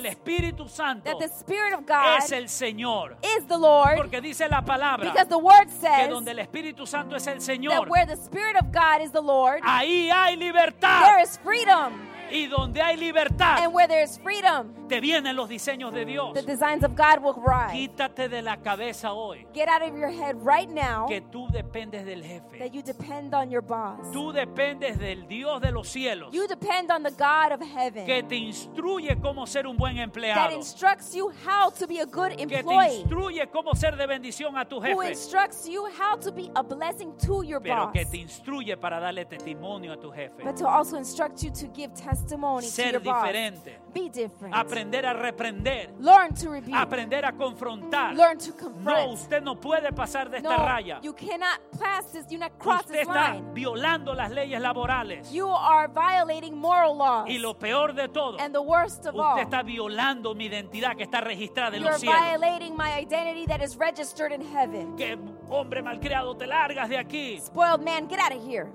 B: workplace
A: Espíritu Santo
B: that the Spirit of God
A: es el Señor.
B: is the Lord
A: Porque dice la palabra
B: because the Word
A: que
B: says
A: donde el Espíritu Santo es el
B: that
A: Señor, Ah,
B: where the Spirit of God is the Lord,
A: ahí hay libertad.
B: there is freedom.
A: Y donde hay libertad,
B: And where there is freedom,
A: te vienen los diseños de Ah. Dios.
B: the designs of God will rise.
A: Quítate de la cabeza hoy
B: Get out of your head right now
A: que tú dependes del jefe.
B: that you depend on your boss.
A: Tú dependes del Dios de los cielos
B: You depend on the God of
A: que
B: heaven
A: te instruye cómo ser un buen
B: that
A: empleado.
B: instructs you how to be a good
A: Que te
B: employee,
A: instruye cómo ser de bendición a tu
B: who
A: jefe.
B: instructs you how to be a blessing to your
A: Pero
B: boss,
A: que te instruye para darle testimonio a tu jefe.
B: but to also instruct you to give testimony to
A: Ser
B: your boss.
A: diferente.
B: Be different.
A: Aprender a reprender.
B: Learn to rebuke.
A: Aprender a confrontar.
B: Learn to
A: No,
B: confront.
A: usted no puede pasar de esta raya.
B: you cannot pass this. You not cross
A: Usted
B: this
A: está
B: line.
A: violando las leyes laborales.
B: You are violating moral laws.
A: Y lo peor de todo,
B: and the worst of all,
A: usted está violando mi identidad que está registrada en
B: you're
A: los cielos.
B: violating my identity that is registered in heaven.
A: Que hombre malcriado, te largas de aquí.
B: Spoiled man, get out of here.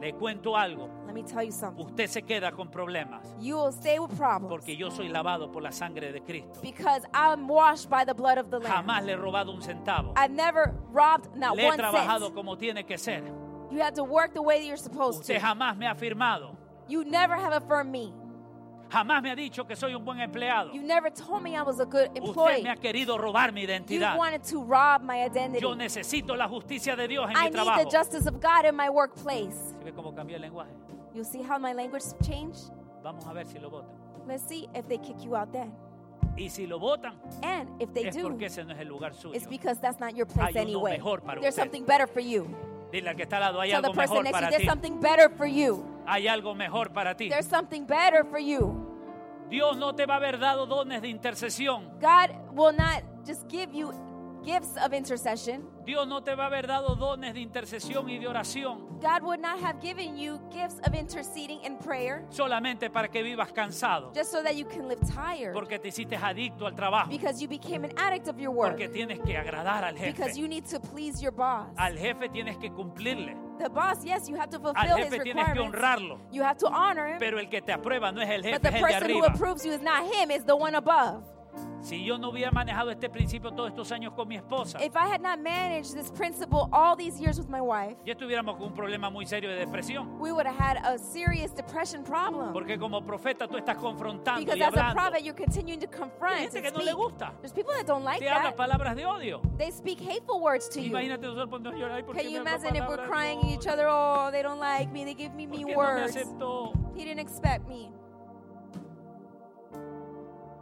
A: Le cuento algo.
B: Let me tell you something.
A: Usted se queda con problemas
B: You will stay with problems
A: porque yo soy lavado por la sangre de Cristo.
B: because I'm washed by the blood of the Lamb.
A: Jamás le he robado un centavo.
B: I've never robbed not
A: Le he
B: one
A: trabajado
B: cent.
A: como tiene que ser.
B: You have to work the way that you're supposed
A: Usted
B: to.
A: jamás me ha firmado.
B: You never have affirmed me.
A: Jamás me ha dicho que soy un buen empleado.
B: You never told me I was a good
A: Usted
B: employee.
A: me ha querido robar mi
B: You
A: identidad.
B: wanted to rob my identity.
A: Yo necesito la justicia de Dios en
B: I
A: mi
B: need the
A: trabajo.
B: justice of God in my workplace.
A: ¿Sí ve cómo cambió el lenguaje?
B: You see how my language changed?
A: Vamos a ver si lo votan.
B: Let's see if they kick you out then.
A: Y si lo votan,
B: And if they
A: es
B: do,
A: porque ese no es el lugar suyo.
B: it's because that's not your place
A: Hay uno
B: anyway.
A: mejor para
B: There's
A: usted.
B: something better for you.
A: Dile al que está al lado, hay
B: Tell the
A: algo mejor
B: person next to you,
A: para
B: there's
A: ti.
B: something better for you.
A: Hay algo mejor para ti.
B: There's something better for you.
A: Dios no te va a haber dado dones de intercesión.
B: God will not just give you gifts of intercession.
A: Dios no te va a haber dado dones de intercesión y de oración
B: God would not have given you gifts of interceding and prayer
A: solamente para que vivas cansado,
B: just so that you can live tired
A: porque te hiciste adicto al trabajo,
B: because you became an addict of your work
A: porque tienes que agradar al
B: because
A: jefe.
B: you need to please your boss.
A: Al jefe tienes que cumplirle,
B: The boss, yes, you have to
A: al
B: fulfill his
A: jefe tienes que
B: requirements.
A: honrarlo,
B: You have to honor him.
A: pero el que te aprueba no es el
B: But
A: jefe,
B: the
A: es el de
B: person who
A: arriba.
B: approves you is not him, it's the one above.
A: Si yo no hubiera manejado este principio todos estos años con mi esposa,
B: If I had not managed this principle all these years with my wife,
A: ya estuviéramos con un problema muy serio de depresión.
B: we would have had a serious depression problem.
A: Porque como profeta tú estás confrontando
B: Because
A: y
B: as a
A: hablando.
B: prophet, you're continuing to
A: Hay
B: confront.
A: gente
B: and
A: que no le
B: speak.
A: gusta.
B: There's people that don't like
A: Te habla
B: that.
A: palabras de odio.
B: They speak hateful words to you.
A: Imagínate nosotros cuando llorar, "Ay, ¿por qué
B: Can you
A: me habla
B: imagine if we're
A: palabras de
B: crying at each
A: odio?
B: other? Oh, they don't like me. They give me
A: ¿Por
B: mean
A: qué no me
B: words.
A: aceptó?
B: He didn't expect me.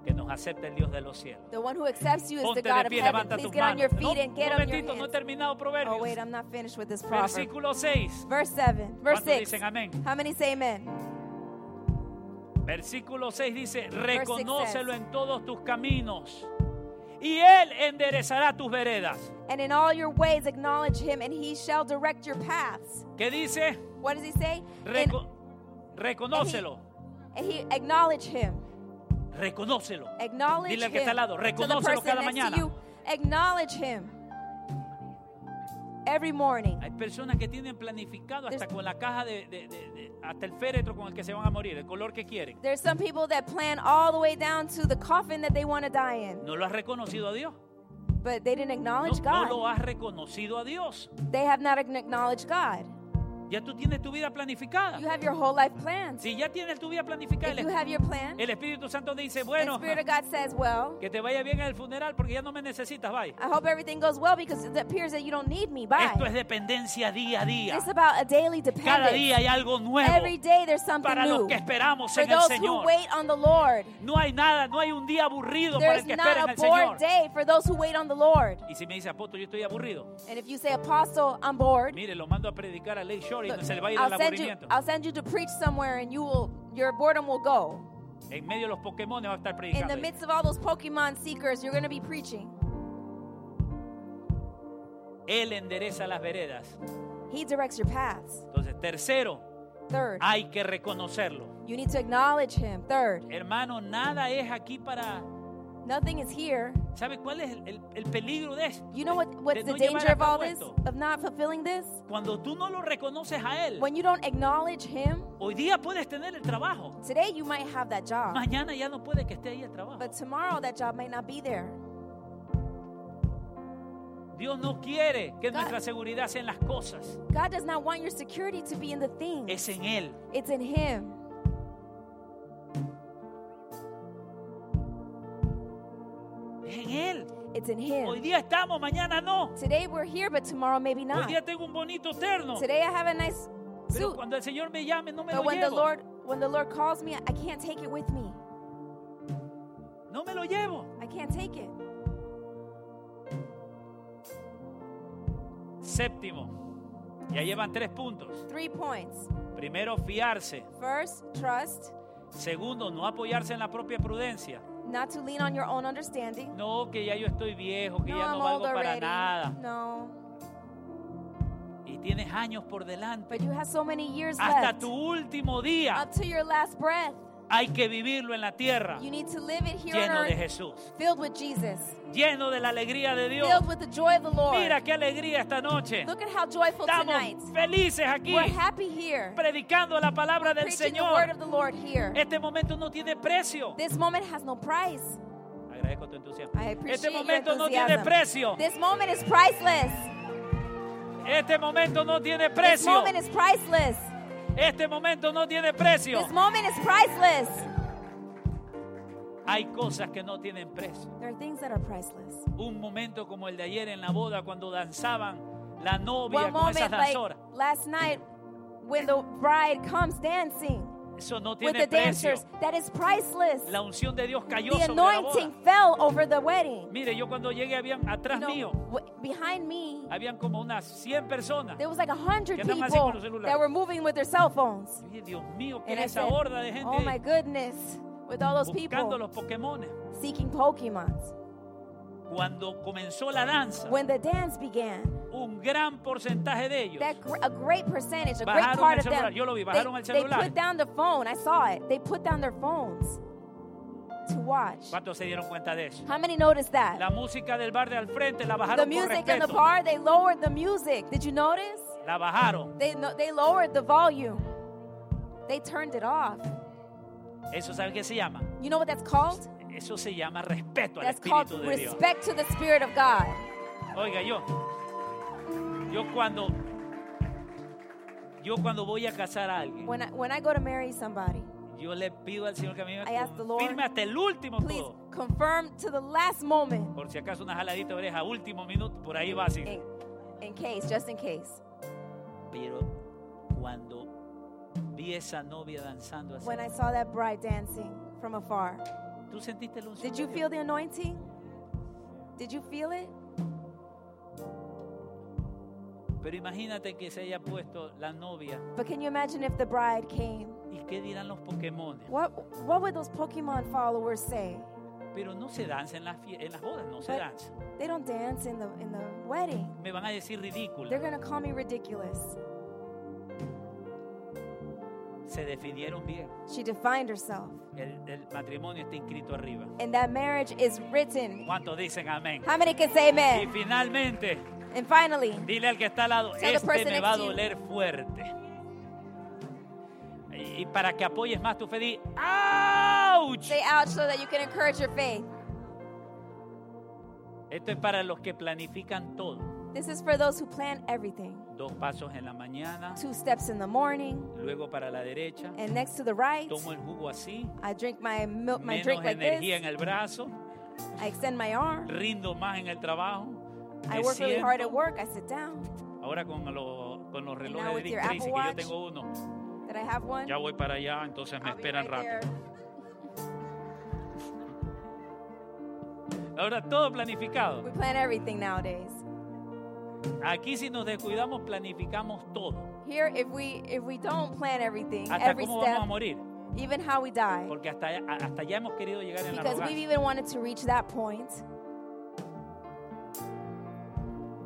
A: Que nos acepte el Dios de los cielos.
B: The one who accepts you is
A: Ponte
B: the God
A: de
B: of
A: pie,
B: heaven.
A: levanta
B: Please
A: tus
B: get on
A: manos.
B: your
A: No,
B: feet and get on your
A: momentito, no he
B: hands.
A: terminado Proverbios.
B: Oh, wait, I'm not finished with this proverb.
A: Versículo 6.
B: Verse 7. Verse
A: ¿Cuántos
B: 6.
A: dicen amén?
B: How many say amen?
A: Versículo 6 dice,
B: says,
A: reconócelo en todos tus caminos y Él enderezará tus veredas.
B: And in all your ways acknowledge him, and he shall direct your paths.
A: ¿Qué dice?
B: What does he say? And,
A: Reco- reconócelo,
B: and he acknowledge him.
A: reconócelo.
B: Acknowledge
A: Dile al
B: him.
A: que está al lado,
B: to the
A: reconócelo
B: person
A: cada
B: next
A: mañana.
B: to you, acknowledge him. Every morning.
A: Hay personas que tienen planificado hasta
B: There's-
A: con la caja de, de- de- de- hasta el féretro con el que se van a morir, el color que quieren.
B: There's some people that plan all the way down to the coffin that they want to die in,
A: No lo has reconocido a Dios.
B: but they didn't
A: No,
B: acknowledge
A: no
B: Oh, God.
A: lo has reconocido a Dios.
B: They have not acknowledged God.
A: Ya tú tienes tu vida planificada.
B: You have your whole life planned.
A: Si ya tienes tu vida planificada,
B: If you
A: el,
B: have your plan,
A: el Espíritu Santo dice,
B: the
A: bueno,
B: Spirit of God says, well,
A: [LAUGHS] que te vaya bien en el funeral porque ya no me necesitas, bye.
B: I hope everything goes well because it appears that you don't need me.
A: Esto es
B: Bye.
A: dependencia día a día.
B: It's about a daily
A: Cada
B: dependence.
A: día hay algo nuevo
B: Every day there's something
A: para los
B: new.
A: que esperamos
B: For
A: en el
B: those who
A: Señor.
B: wait on the Lord,
A: No hay nada, no hay un día aburrido para
B: there's
A: el que espera en
B: not a
A: el Señor.
B: bored day for those who wait on the Lord.
A: Y si me dice apóstol, yo estoy aburrido.
B: And if you say, Apostle, I'm bored,
A: Mire, lo mando a predicar a Lake Shore y
B: look,
A: no se le va a ir el
B: I'll, send you,
A: aburrimiento.
B: I'll send you to preach somewhere and you will, your boredom will go.
A: En medio de los Pokémon va a estar
B: In
A: predicando.
B: the midst of all those Pokemon seekers, you're going to be preaching.
A: Él endereza las veredas.
B: He directs your paths.
A: Entonces, tercero,
B: Third,
A: hay que reconocerlo.
B: you need to acknowledge Him. Third,
A: Hermano, nada es aquí para...
B: nothing is here.
A: ¿Sabe cuál es el, el- el peligro de esto?
B: You know what,
A: De
B: what's the
A: no llevar
B: danger
A: a
B: of all
A: cabo
B: this?
A: esto.
B: Of not fulfilling this?
A: Cuando tú no lo reconoces a Él,
B: When you don't acknowledge Him,
A: hoy día puedes tener el trabajo.
B: today you might have that job,
A: Mañana ya no puede que esté ahí el trabajo.
B: Ah. but tomorrow that job might not be there.
A: Dios no quiere que
B: God-
A: nuestra seguridad sea en las cosas.
B: God does not want your security to be in the thing.
A: Es en Él.
B: It's in Him. It's in
A: Hoy
B: Him.
A: día estamos, mañana no.
B: Today we're here, but tomorrow maybe
A: Hoy
B: not.
A: día tengo un bonito terno.
B: Today I have a nice
A: Pero
B: suit,
A: cuando el Señor me llame, no me
B: but
A: lo
B: when the
A: llevo.
B: Lord when the Lord calls me, I can't take it with me.
A: No me lo llevo.
B: I can't take it.
A: Séptimo. Ya llevan tres puntos.
B: Three points.
A: Primero, fiarse.
B: First, trust,
A: Segundo, no apoyarse en la propia prudencia.
B: not to lean on your own understanding.
A: No, que ya yo estoy viejo, que
B: No,
A: ya
B: I'm
A: no
B: old
A: valgo para
B: already.
A: nada.
B: No,
A: Y tienes años por delante.
B: but you have so many years
A: Hasta
B: left.
A: tu último día
B: Up to your last breath,
A: hay que vivirlo en la tierra,
B: you need to live it here on
A: Ah. lleno de
B: earth,
A: Jesús,
B: filled with Jesus,
A: lleno de la alegría de Dios.
B: filled with the joy of the Lord.
A: Mira qué alegría esta noche.
B: Look at how joyful tonight.
A: Estamos felices aquí,
B: We're happy here,
A: predicando la palabra del
B: preaching the
A: Señor.
B: word of the Lord here.
A: Este momento no tiene precio.
B: This moment has no price.
A: Agradezco tu entusiasmo.
B: I appreciate
A: Este
B: your
A: momento no tiene
B: enthusiasm.
A: precio.
B: This moment is priceless.
A: Este momento no tiene
B: This
A: precio.
B: moment is priceless.
A: Este momento no tiene precio.
B: This moment is priceless.
A: Hay cosas que no tienen precio.
B: There are things that are priceless.
A: Un momento como el de ayer en la boda cuando danzaban la novia
B: One
A: con esas
B: moment like
A: danzoras.
B: last night when the bride comes dancing
A: Eso no
B: with the
A: tiene precio.
B: dancers, that is priceless.
A: La unción de Dios cayó
B: The
A: sobre la boda.
B: anointing fell over the wedding.
A: Mire, yo cuando llegué habían atrás
B: You know,
A: mío
B: w- behind me,
A: habían como unas 100 personas.
B: there was like a hundred
A: Que andan así
B: people
A: con los celulares.
B: that were moving with their cell phones.
A: Oye, Dios mío, ¿qué
B: And I
A: es esa
B: said,
A: horda de gente
B: oh
A: ahí
B: my goodness, with all those
A: buscando
B: people
A: los Pokémon?
B: seeking Pokemons.
A: Cuando comenzó la danza,
B: When the dance began,
A: un gran porcentaje de ellos
B: that gr- a great percentage, a great
A: Bajaron
B: part
A: el
B: of them,
A: celular. Yo lo vi,
B: they-
A: bajaron el
B: they,
A: celular.
B: put down the phone. I saw it. They put down their phones to watch.
A: ¿Cuántos se dieron cuenta de eso?
B: How many noticed that?
A: La música del bar de al frente la
B: the
A: bajaron con
B: music in the
A: respeto.
B: bar, they lowered the music. Did you notice?
A: La bajaron.
B: They no, they lowered the volume. They turned it off.
A: Eso saben qué se llama.
B: You know what that's called?
A: Eso se llama respeto al
B: That's called
A: espíritu de Dios.
B: respect to the spirit of God.
A: Oiga, yo yo cuando yo cuando voy a casar a alguien,
B: When I, when I go to marry somebody,
A: yo le pido al Señor que a mí
B: I ask the
A: me
B: Lord,
A: confirme hasta el último
B: please
A: todo.
B: confirm to the last moment
A: Por si acaso una jaladita de oreja, último minuto, por ahí va así.
B: in, in case, just in case.
A: Pero cuando vi esa novia danzando así,
B: When I saw that bride dancing from afar,
A: ¿tú sentiste la unción?
B: did
A: de
B: you
A: Dios?
B: feel the anointing? Did you feel it?
A: Pero imagínate que se haya puesto la novia
B: But can you imagine if the bride came?
A: y qué dirán los Pokémon.
B: What what would those Pokemon followers say?
A: Pero no se danza en las, fie- en las bodas, no se
B: But-
A: danza.
B: They don't dance in the in the wedding.
A: Me van a decir
B: They're
A: ridícula.
B: gonna call me ridiculous.
A: Se definieron bien.
B: She defined herself,
A: El, el matrimonio está inscrito arriba.
B: and that marriage is written.
A: ¿Cuántos dicen amén?
B: How many can say
A: Y
B: amen?
A: finalmente,
B: And finally,
A: dile al que está al lado,
B: Tell the
A: este
B: person
A: me va a
B: next to you.
A: doler fuerte. Y y para que apoyes más tu fe, di, ¡Auch!
B: say ouch so that you can encourage your faith.
A: Esto es para los que planifican todo.
B: This is for those who plan everything.
A: Dos pasos en la mañana,
B: Two steps in the morning,
A: luego para la derecha,
B: and next to the right,
A: tomo el jugo así,
B: I drink my milk, my
A: menos
B: drink like this.
A: energía en el brazo,
B: I extend my arm.
A: rindo más en el trabajo.
B: I
A: me
B: work really hard at
A: siento.
B: work. I sit down.
A: Ahora con, los- con los relojes de
B: with your
A: Dick Tracy, que
B: Apple
A: yo
B: Watch.
A: tengo uno,
B: Did I have one?
A: ya voy para allá, entonces me
B: I'll be
A: esperan
B: right there.
A: rápido. Ahora todo planificado.
B: We plan everything nowadays.
A: Aquí si nos descuidamos, planificamos todo.
B: Here, if we if we don't plan everything,
A: Hasta
B: every
A: cómo vamos a morir.
B: step, even how we die,
A: Porque hasta, a- hasta ya hemos querido llegar en la
B: because we've
A: arrogancia.
B: even wanted to reach that point.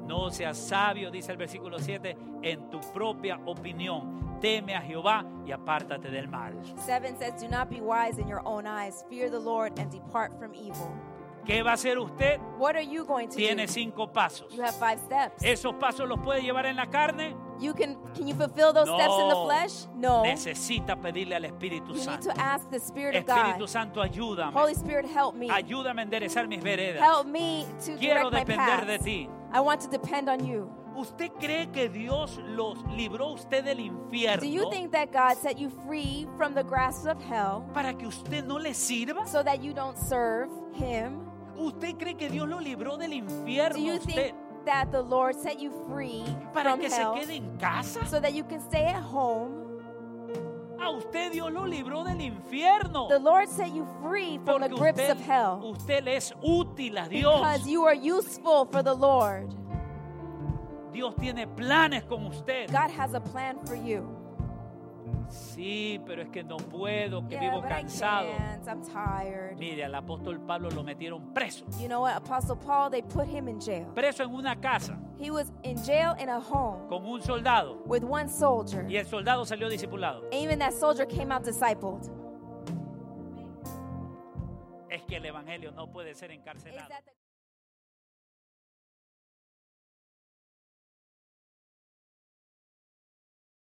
A: No seas sabio, dice el versículo 7, en tu propia opinión. Teme a Jehová y apártate del mal.
B: Seven says, "Do not be wise in your own eyes. Fear the Lord and depart from evil."
A: ¿Qué va a hacer usted?
B: What are you going to
A: Tiene Eh.
B: do?
A: cinco pasos.
B: You have five steps.
A: ¿Esos pasos los puede llevar en la carne?
B: you can can you fulfill those steps in the
A: No.
B: flesh? No.
A: Necesita pedirle al Espíritu
B: You need
A: Santo.
B: to ask the Spirit of
A: Espíritu
B: God.
A: Santo, ayúdame.
B: Holy Spirit, help me.
A: Ayúdame a enderezar mis veredas.
B: Help me to
A: Quiero
B: direct my
A: depender
B: path.
A: de ti.
B: I want to depend on you.
A: ¿Usted cree que Dios los libró a usted del
B: Do you
A: infierno
B: think that God set you free from the grasp of hell
A: para que usted no le sirva?
B: so that you don't serve Him?
A: ¿Usted cree que Dios lo libró del
B: Do
A: infierno a
B: you
A: usted
B: think that the Lord set you free
A: para
B: from
A: que se
B: hell
A: quede en casa?
B: so that you can stay at home?
A: A usted Dios lo libró del infierno.
B: The Lord set you free from the
A: Porque
B: grips
A: usted,
B: of hell
A: usted le es útil a
B: because
A: Dios.
B: you are useful for the Lord.
A: Dios tiene planes con usted.
B: God has a plan for you.
A: Sí, pero es que no puedo, que
B: Yeah,
A: vivo
B: but
A: cansado.
B: I can't. I'm tired.
A: Mire, al apóstol Pablo lo metieron preso.
B: You know what? Apostle Paul, they put him in jail.
A: Preso en una casa
B: He was in jail in a home
A: con un soldado.
B: with one soldier.
A: Y el soldado salió discipulado.
B: And even that soldier came out discipled.
A: Es que el evangelio no puede ser encarcelado.
B: Is that the-